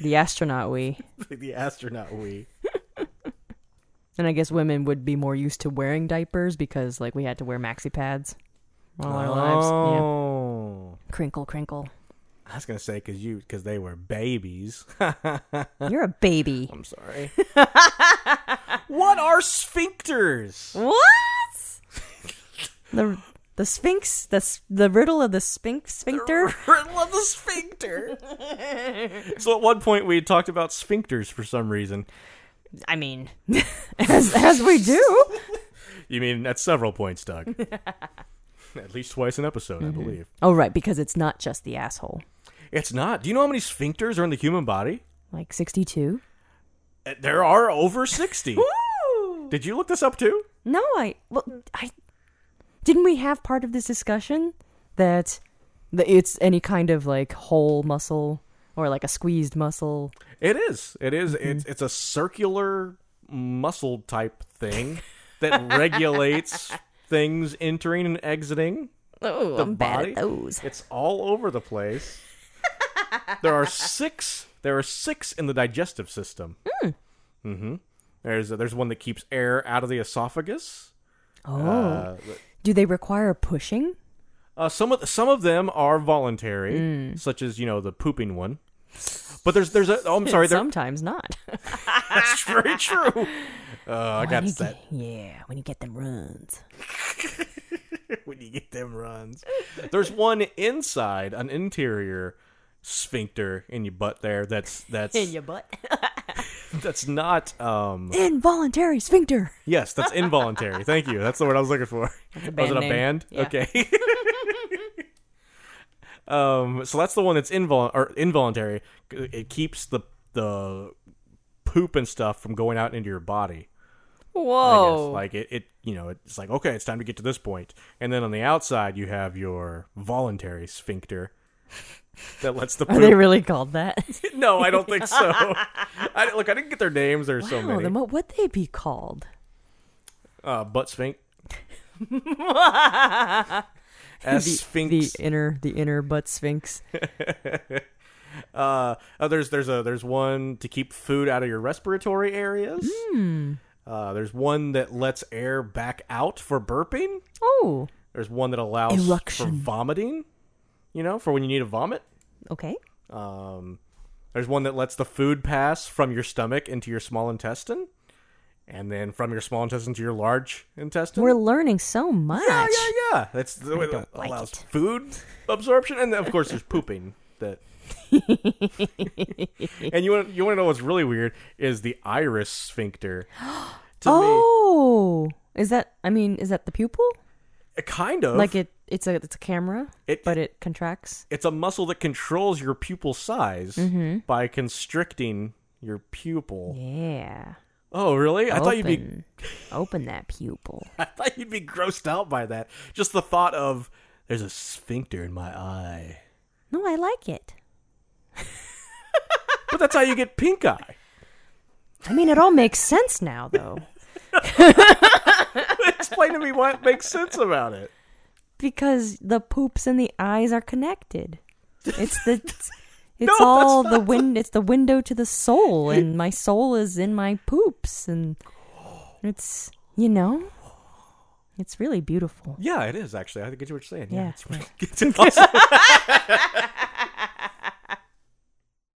A: The astronaut we.
B: the astronaut we.
A: And I guess women would be more used to wearing diapers because like we had to wear maxi pads all our lives. Yeah.
B: Oh,
A: Crinkle, crinkle.
B: I was gonna say because you because they were babies.
A: You're a baby.
B: I'm sorry. what are sphincters?
A: What? the the Sphinx, the s- the riddle of the Sphinx sphincter.
B: Love the sphincter. so at one point we had talked about sphincters for some reason.
A: I mean, as as we do.
B: You mean at several points, Doug? at least twice an episode, I believe.
A: Oh right, because it's not just the asshole.
B: It's not. Do you know how many sphincters are in the human body?
A: Like sixty two.
B: Uh, There are over sixty. Did you look this up too?
A: No, I well, I didn't we have part of this discussion that the, it's any kind of like whole muscle or like a squeezed muscle.
B: It is. It is. It's it's a circular muscle type thing that regulates things entering and exiting.
A: Oh,
B: the body. It's all over the place. there are six. There are six in the digestive system. Mm. hmm There's there's one that keeps air out of the esophagus.
A: Oh,
B: Uh,
A: do they require pushing?
B: uh, some of some of them are voluntary,
A: Hmm.
B: such as you know the pooping one. But there's there's a oh I'm sorry there,
A: Sometimes not.
B: that's very true. Uh, I got
A: When you get-
B: that
A: yeah, when you get them runs.
B: when you get them runs. There's one inside an interior sphincter in your butt there. That's that's
A: butt.
B: that's not um
A: Involuntary sphincter.
B: Yes, that's involuntary. Thank you. That's the word I was looking for. was
A: band
B: it a
A: name.
B: band?
A: Yeah.
B: Okay. um, so that's the one that's invol- or involuntary. It keeps the the poop and stuff from going out into your body. I guess.
A: Whoa.
B: Like it, it, you know, it's like okay, it's time to get to this point, and then on the outside you have your voluntary sphincter that lets the
A: Are they
B: poop.
A: really called that?
B: no, I don't think so. I, look, I didn't get their names. There's so
A: Oh,
B: many.
A: then what would they be called?
B: uh, butt sphinx.
A: The,
B: S sphinx.
A: the inner the inner butt sphinx.
B: Uh, uh, there's there's a there's one to keep food out of your respiratory areas.
A: Hmm.
B: Uh, there's one that lets air back out for burping.
A: Oh,
B: There's one that allows for
A: Eruction.
B: vomiting. You know, for when you need to vomit.
A: okay.
B: Um, there's one that lets the food pass from your stomach into your small intestine, and then from your small intestine to your large intestine.
A: We're learning so much.
B: yeah, yeah, yeah. That's the way that
A: don't like
B: allows
A: it.
B: food absorption, and then, of course, there's pooping. That. and you want you want to know what's really weird is the iris sphincter. To
A: Oh, is that? I mean, is that the pupil?
B: me, kind of
A: Like it? It's a it's a camera,
B: It-
A: but it contracts.
B: it's a muscle that controls your pupil size by constricting your pupil.
A: Mm-hmm. Yeah.
B: Oh, really? I thought you'd be
A: Open- open that pupil.
B: I thought you'd be grossed out by that. Just the thought of there's a sphincter in my eye.
A: No, I like it.
B: But that's how you get pink eye.
A: I mean, it all makes sense now, though,
B: Explain to me why it makes sense about it.
A: because the poops and the eyes are connected. It's the it's
B: that's
A: all the
B: not-
A: wind. It's the window to the soul, and my soul is in my poops, and it's you know, it's really beautiful.
B: Yeah, it is actually. I get what you're saying.
A: Yeah.
B: it's, it's awesome.